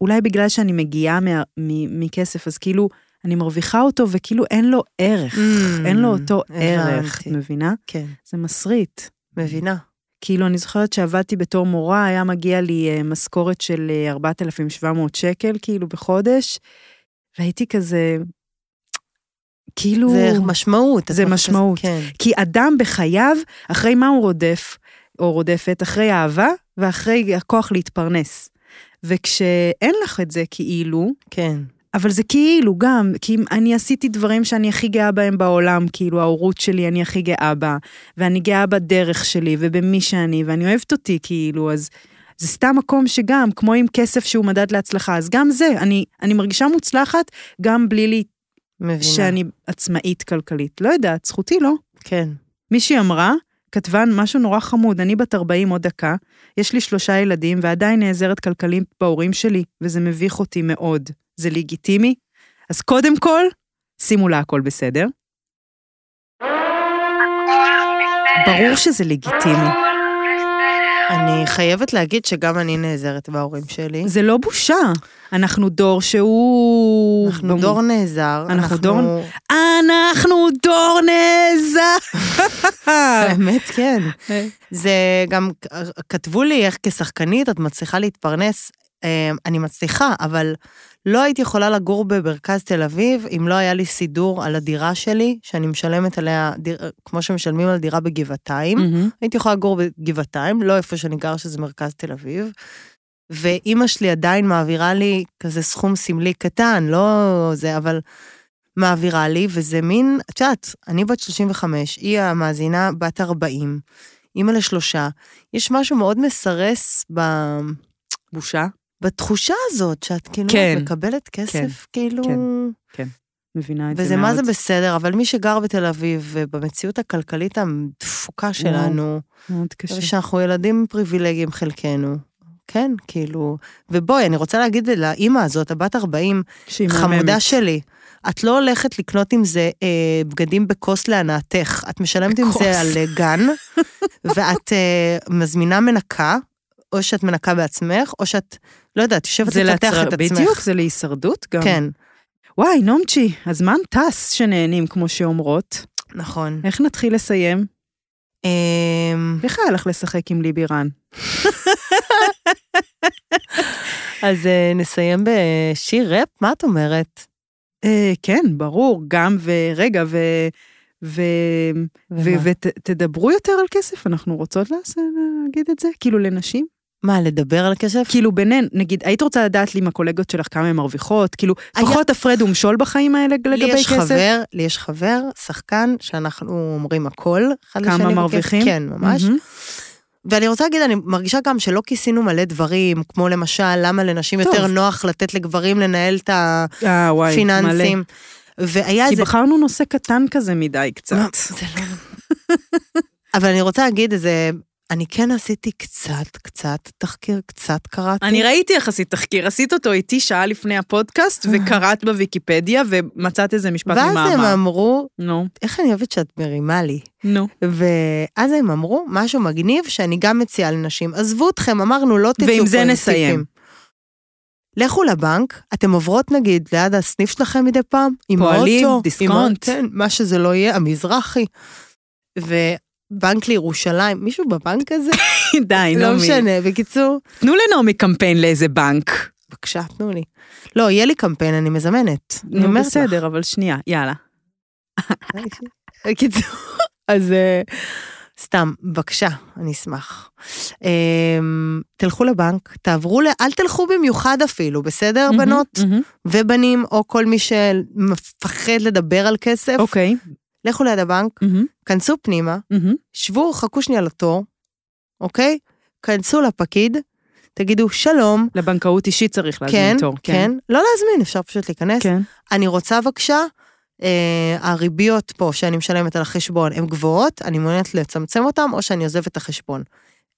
S3: אולי בגלל שאני מגיעה מה... מ... מכסף, אז כאילו, אני מרוויחה אותו, וכאילו אין לו ערך.
S4: Mm,
S3: אין לו אותו ערך,
S4: הבנתי.
S3: מבינה?
S4: כן,
S3: זה מסריט.
S4: מבינה.
S3: כאילו, אני זוכרת שעבדתי בתור מורה, היה מגיע לי אה, משכורת של אה, 4,700 שקל, כאילו, בחודש, והייתי כזה, כאילו...
S4: זה משמעות. את
S3: זה
S4: מרגישה-
S3: משמעות.
S4: כן.
S3: כי אדם בחייו, אחרי מה הוא רודף, או רודפת? אחרי אהבה, ואחרי הכוח להתפרנס. וכשאין לך את זה, כאילו,
S4: כן.
S3: אבל זה כאילו גם, כי אם אני עשיתי דברים שאני הכי גאה בהם בעולם, כאילו ההורות שלי אני הכי גאה בה, ואני גאה בדרך שלי ובמי שאני, ואני אוהבת אותי כאילו, אז זה סתם מקום שגם, כמו עם כסף שהוא מדד להצלחה, אז גם זה, אני, אני מרגישה מוצלחת גם בלי לי
S4: מבינה.
S3: שאני עצמאית כלכלית. לא יודעת, זכותי לא.
S4: כן.
S3: מישהי אמרה, כתבן, משהו נורא חמוד, אני בת 40 עוד דקה, יש לי שלושה ילדים ועדיין נעזרת כלכלית בהורים שלי, וזה מביך אותי מאוד. זה לגיטימי? אז קודם כל, שימו לה הכל בסדר. ברור שזה לגיטימי.
S4: אני חייבת להגיד שגם אני נעזרת בהורים שלי.
S3: זה לא בושה. אנחנו דור שהוא...
S4: אנחנו דור נעזר.
S3: אנחנו דור- אנחנו דור נעזר.
S4: האמת, כן. זה גם, כתבו לי איך כשחקנית את מצליחה להתפרנס. אה, אני מצליחה, אבל לא הייתי יכולה לגור במרכז תל אביב אם לא היה לי סידור על הדירה שלי, שאני משלמת עליה, דיר, כמו שמשלמים על דירה בגבעתיים.
S3: מהמם.
S4: הייתי יכולה לגור בגבעתיים, לא איפה שאני גר, שזה מרכז תל אביב. ואימא שלי עדיין מעבירה לי כזה סכום סמלי קטן, לא זה, אבל מעבירה לי, וזה מין, את יודעת, אני בת 35, היא המאזינה בת 40, אימא לשלושה. יש משהו מאוד מסרס ב...
S3: בושה?
S4: בתחושה הזאת, שאת כאילו
S3: כן.
S4: מקבלת כסף,
S3: כן.
S4: כאילו...
S3: כן. מבינה את זה מאוד.
S4: וזה מה זה בסדר, אבל מי שגר בתל אביב, ובמציאות הכלכלית הדפוקה שלנו,
S3: מאוד קשה.
S4: ושאנחנו ילדים פריבילגיים חלקנו. כן, כאילו... ובואי, אני רוצה להגיד לאימא הזאת, הבת 40,
S3: שהיא
S4: חמודה
S3: מהממת.
S4: שלי, את לא הולכת לקנות עם זה אה, בגדים בכוס להנאתך. את משלמת עם
S3: בכוס.
S4: זה על אה, גן, ואת אה, מזמינה מנקה, או שאת מנקה בעצמך, או שאת, לא יודעת, יושבת
S3: זה
S4: לפתח
S3: להצר-
S4: את עצמך.
S3: בדיוק, זה להישרדות גם.
S4: כן,
S3: וואי, נומצ'י, הזמן טס שנהנים, כמו שאומרות.
S4: נכון.
S3: איך נתחיל לסיים?
S4: אמ,
S3: איך היה לך לשחק עם ליבי רן?
S4: אז אה, נסיים בשיר ראפ? מה את אומרת?
S3: אה, כן, ברור, גם ורגע, ו... ו... ותדברו יותר על כסף, אנחנו רוצות לעשות- להגיד את זה? כאילו לנשים?
S4: מה, לדבר על כסף?
S3: כאילו ביניהן, נגיד, היית רוצה לדעת לי עם הקולגות שלך כמה הן מרוויחות? כאילו,
S4: היה-
S3: פחות הפרד ומשול בחיים האלה
S4: לי
S3: לגבי
S4: יש
S3: כסף?
S4: חבר, לי יש חבר, שחקן, שאנחנו אומרים הכל. אחד
S3: כמה
S4: לשני בכיף.
S3: מרוויחים?
S4: כן, ממש.
S3: מהמם.
S4: ואני רוצה להגיד, אני מרגישה גם שלא כיסינו מלא דברים, כמו למשל, למה לנשים
S3: טוב.
S4: יותר נוח לתת לגברים לנהל את
S3: אה, וואי, מלא.
S4: הפיננסים. והיה
S3: כי
S4: איזה...
S3: בחרנו נושא קטן כזה מדי
S4: לא,
S3: קצת.
S4: זה לא... אבל אני רוצה להגיד איזה... אני כן עשיתי קצת, קצת תחקיר, קצת קראתי.
S3: אני ראיתי איך עשית תחקיר, עשית אותו איתי שעה לפני הפודקאסט, וקראת בוויקיפדיה, ומצאת איזה משפט
S4: אה. ואז הם
S3: ממאמר.
S4: אמרו,
S3: נו,
S4: איך אני אוהבת שאת מרימה לי.
S3: נו.
S4: ואז הם אמרו משהו מגניב שאני גם מציעה לנשים. עזבו אתכם, אמרנו לא תצאו
S3: ועם זה
S4: פה עם
S3: נסיים.
S4: טיפים. לכו לבנק, אתם עוברות נגיד ליד הסניף שלכם מדי פעם, עם
S3: פועלים,
S4: האוטו,
S3: דיסקונט.
S4: עם ה- כן, מה שזה לא יהיה, המזרחי. ובנק לירושלים, מישהו בבנק הזה?
S3: די,
S4: לא משנה, בקיצור,
S3: תנו לנעמי קמפיין לאיזה בנק.
S4: בבקשה, תנו לי. לא, יהיה לי קמפיין, אני מזמנת. אני אומרת לך.
S3: בסדר, אבל שנייה, יאללה.
S4: בקיצור, אז אה, סתם, בבקשה, אני אשמח. אה, תלכו לבנק, תעברו ל... אל תלכו במיוחד אפילו, בסדר, בנות?
S3: מהמם, מהמם.
S4: ובנים, או כל מי שמפחד לדבר על כסף,
S3: אוקיי.
S4: לכו ליד הבנק,
S3: מהמם,
S4: כנסו פנימה,
S3: מהמם.
S4: שבו, חכו שנייה לתור, אוקיי? כנסו לפקיד, תגידו שלום,
S3: לבנקאות אישית צריך
S4: כן,
S3: להזמין תור.
S4: כן, לא להזמין, אפשר פשוט להיכנס.
S3: כן.
S4: אני רוצה בבקשה, אה, הריביות פה שאני משלמת על החשבון הן גבוהות, אני מעוניינת לצמצם אותן, או שאני עוזבת את החשבון.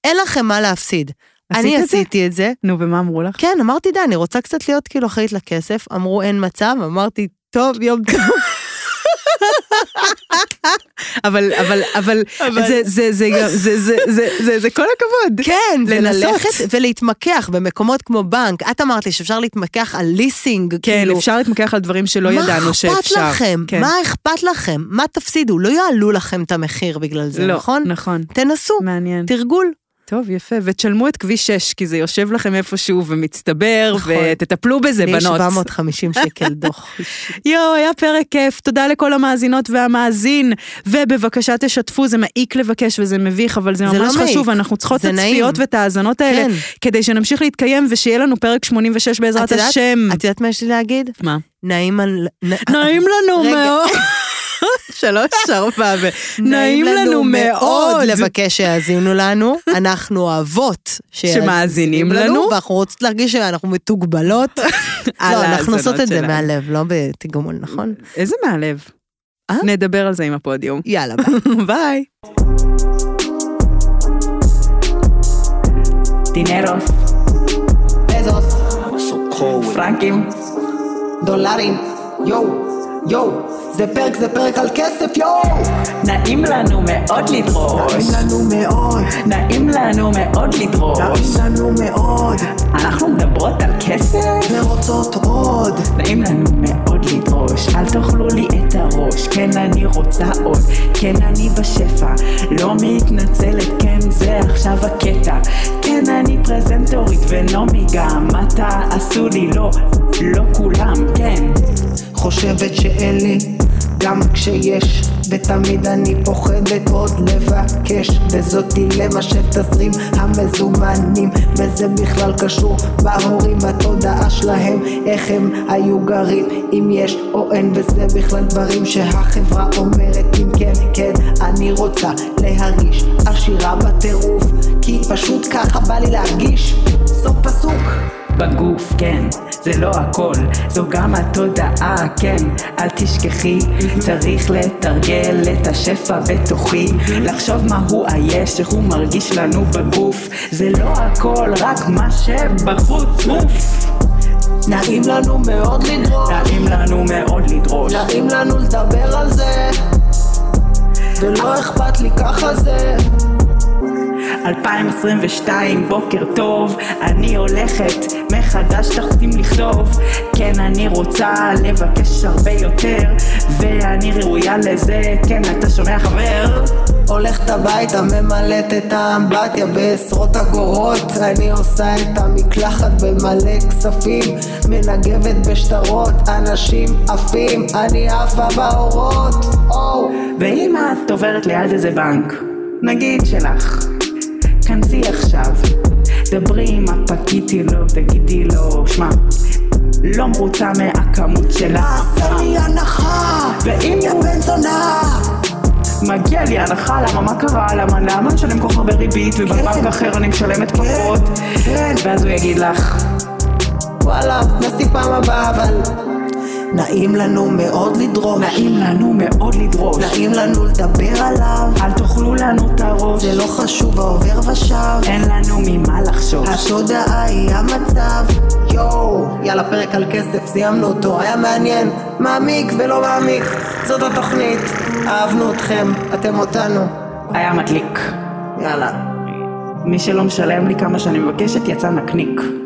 S4: אין לכם מה להפסיד. אני
S3: עשית את זה?
S4: עשיתי את זה.
S3: נו, ומה אמרו לך?
S4: כן, אמרתי, די, אני רוצה קצת להיות כאילו אחראית לכסף. אמרו, אין מצב, אמרתי, טוב, יום טוב.
S3: אבל, אבל, אבל, זה- זה- זה גם- זה- זה- זה- זה- זה כל הכבוד.
S4: כן,
S3: לנסות.
S4: וללכת ולהתמקח במקומות כמו בנק. את אמרת לי שאפשר להתמקח על ליסינג,
S3: כן,
S4: כאילו.
S3: אפשר להתמקח על דברים שלא ידענו שאפשר.
S4: מה אכפת לכם?
S3: כן.
S4: מה אכפת לכם? מה תפסידו? לא יעלו לכם את המחיר בגלל זה,
S3: לא,
S4: נכון?
S3: נכון.
S4: תנסו.
S3: מעניין.
S4: תרגול.
S6: טוב, יפה, ותשלמו את כביש 6, כי זה יושב לכם איפשהו ומצטבר,
S4: נכון.
S6: ותטפלו בזה,
S4: לי יש
S6: בנות.
S4: 750 שקל דוח.
S6: יואו, היה פרק כיף, תודה לכל המאזינות והמאזין, ובבקשה תשתפו, זה מעיק לבקש וזה מביך, אבל זה
S4: זה
S6: ממש
S4: לא מעיק.
S6: חשוב, אנחנו צריכות את
S4: זה נעים.
S6: הצפיות ואת ההאזנות האלה,
S4: כן.
S6: כדי שנמשיך להתקיים ושיהיה לנו פרק 86 בעזרת
S4: את יודעת-
S6: השם.
S4: את יודעת מה יש לי להגיד?
S6: מה?
S4: נעים על... נ-
S6: Mm. נעים לנו
S4: רגע.
S6: מאוד. שלוש, ארבע ו... נעים לנו מאוד.
S4: לבקש שיאזינו לנו. אנחנו אוהבות
S6: שמאזינים לנו.
S4: ואנחנו רוצות להרגיש שאנחנו מתוגבלות.
S6: על
S4: לא, אנחנו
S6: ההאזנות
S4: עושות את זה
S6: שלנו.
S4: מהלב, לא בתגמול, נכון?
S6: איזה מהלב.
S4: אה?
S6: נדבר על זה עם הפודיום.
S4: יאללה, ביי.
S6: ביי.
S3: dineros,
S7: pesos,
S3: פרנקים,
S7: דולרים, יואו, יואו, זה פרק, זה פרק על כסף, יואו!
S3: נעים לנו מאוד לדרוש,
S7: לנו מאוד,
S3: נעים לנו מאוד לדרוש,
S7: לנו מאוד,
S3: אנחנו מדברות על כסף,
S7: ורוצות עוד.
S3: נעים לנו מאוד לדרוש, אל תאכלו לי את הראש, כן אני רוצה עוד, כן אני בשפע, לא מתנצלת, כן זה עכשיו הקטע, כן אני פרזנטורית ונעמי גם, מה תעשו לי לא, לא כולם, כן.
S7: חושבת שאין לי גם כשיש ותמיד אני פוחדת עוד לבקש וזאתי לב אשר תזרים המזומנים וזה בכלל קשור בהורים התודעה שלהם איך הם היו גרים אם יש או אין וזה בכלל דברים שהחברה אומרת אם כן כן אני רוצה להרגיש עשירה בטירוף כי פשוט ככה בא לי להרגיש סוף פסוק
S3: בגוף, כן, זה לא הכל, זו גם התודעה, כן, אל תשכחי, צריך לתרגל את השפע בתוכי, לחשוב מהו היש, איך הוא מרגיש לנו בגוף, זה לא הכל, רק מה שבחוץ, אוף,
S7: נעים לנו מאוד לדרוש
S3: נעים לנו מאוד לדרוש,
S7: נעים לנו לדבר על זה ולא אכפת לי ככה זה
S3: 2022, בוקר טוב, אני הולכת, מחדש תחתים לכתוב. כן, אני רוצה לבקש הרבה יותר, ואני ראויה לזה, כן, אתה שומע חבר?
S7: הולכת הביתה, ממלאת את האמבטיה בעשרות אגורות אני עושה את המקלחת במלא כספים מנגבת בשטרות, אנשים עפים אני עפה באורות אוו
S3: ואם את עוברת ליד איזה בנק, נגיד שלך, כנסי עכשיו, דברי עם הפקיד שלו, תגידי לו, שמע, לא מרוצה מהכמות שלך,
S7: עשה לי הנחה,
S3: ואם
S7: יא
S3: הוא
S7: בן זונה
S3: מגיע לי הנחה, למה מה קרה, למה, למה אני משלם כל כך הרבה ריבית, ובבנק אחר אני משלמת פחות,
S7: כן.
S3: ואז הוא יגיד לך,
S7: וואלה, נסי פעם הבאה אבל נעים לנו מאוד לדרוש
S3: נעים לנו מאוד לדרוש,
S7: נעים לנו לדבר עליו
S3: אל תאכלו לנו את הראש,
S7: זה לא חשוב העובר ושב,
S3: אין לנו ממה לחשוש.
S7: התודעה היא המצב. יואו, יאללה פרק על כסף, סיימנו אותו, היה מעניין, מעמיק ולא מעמיק, זאת התוכנית, אהבנו אתכם, אתם אותנו,
S3: היה מדליק.
S7: יאללה.
S3: מי שלא משלם לי כמה שאני מבקשת, יצא נקניק.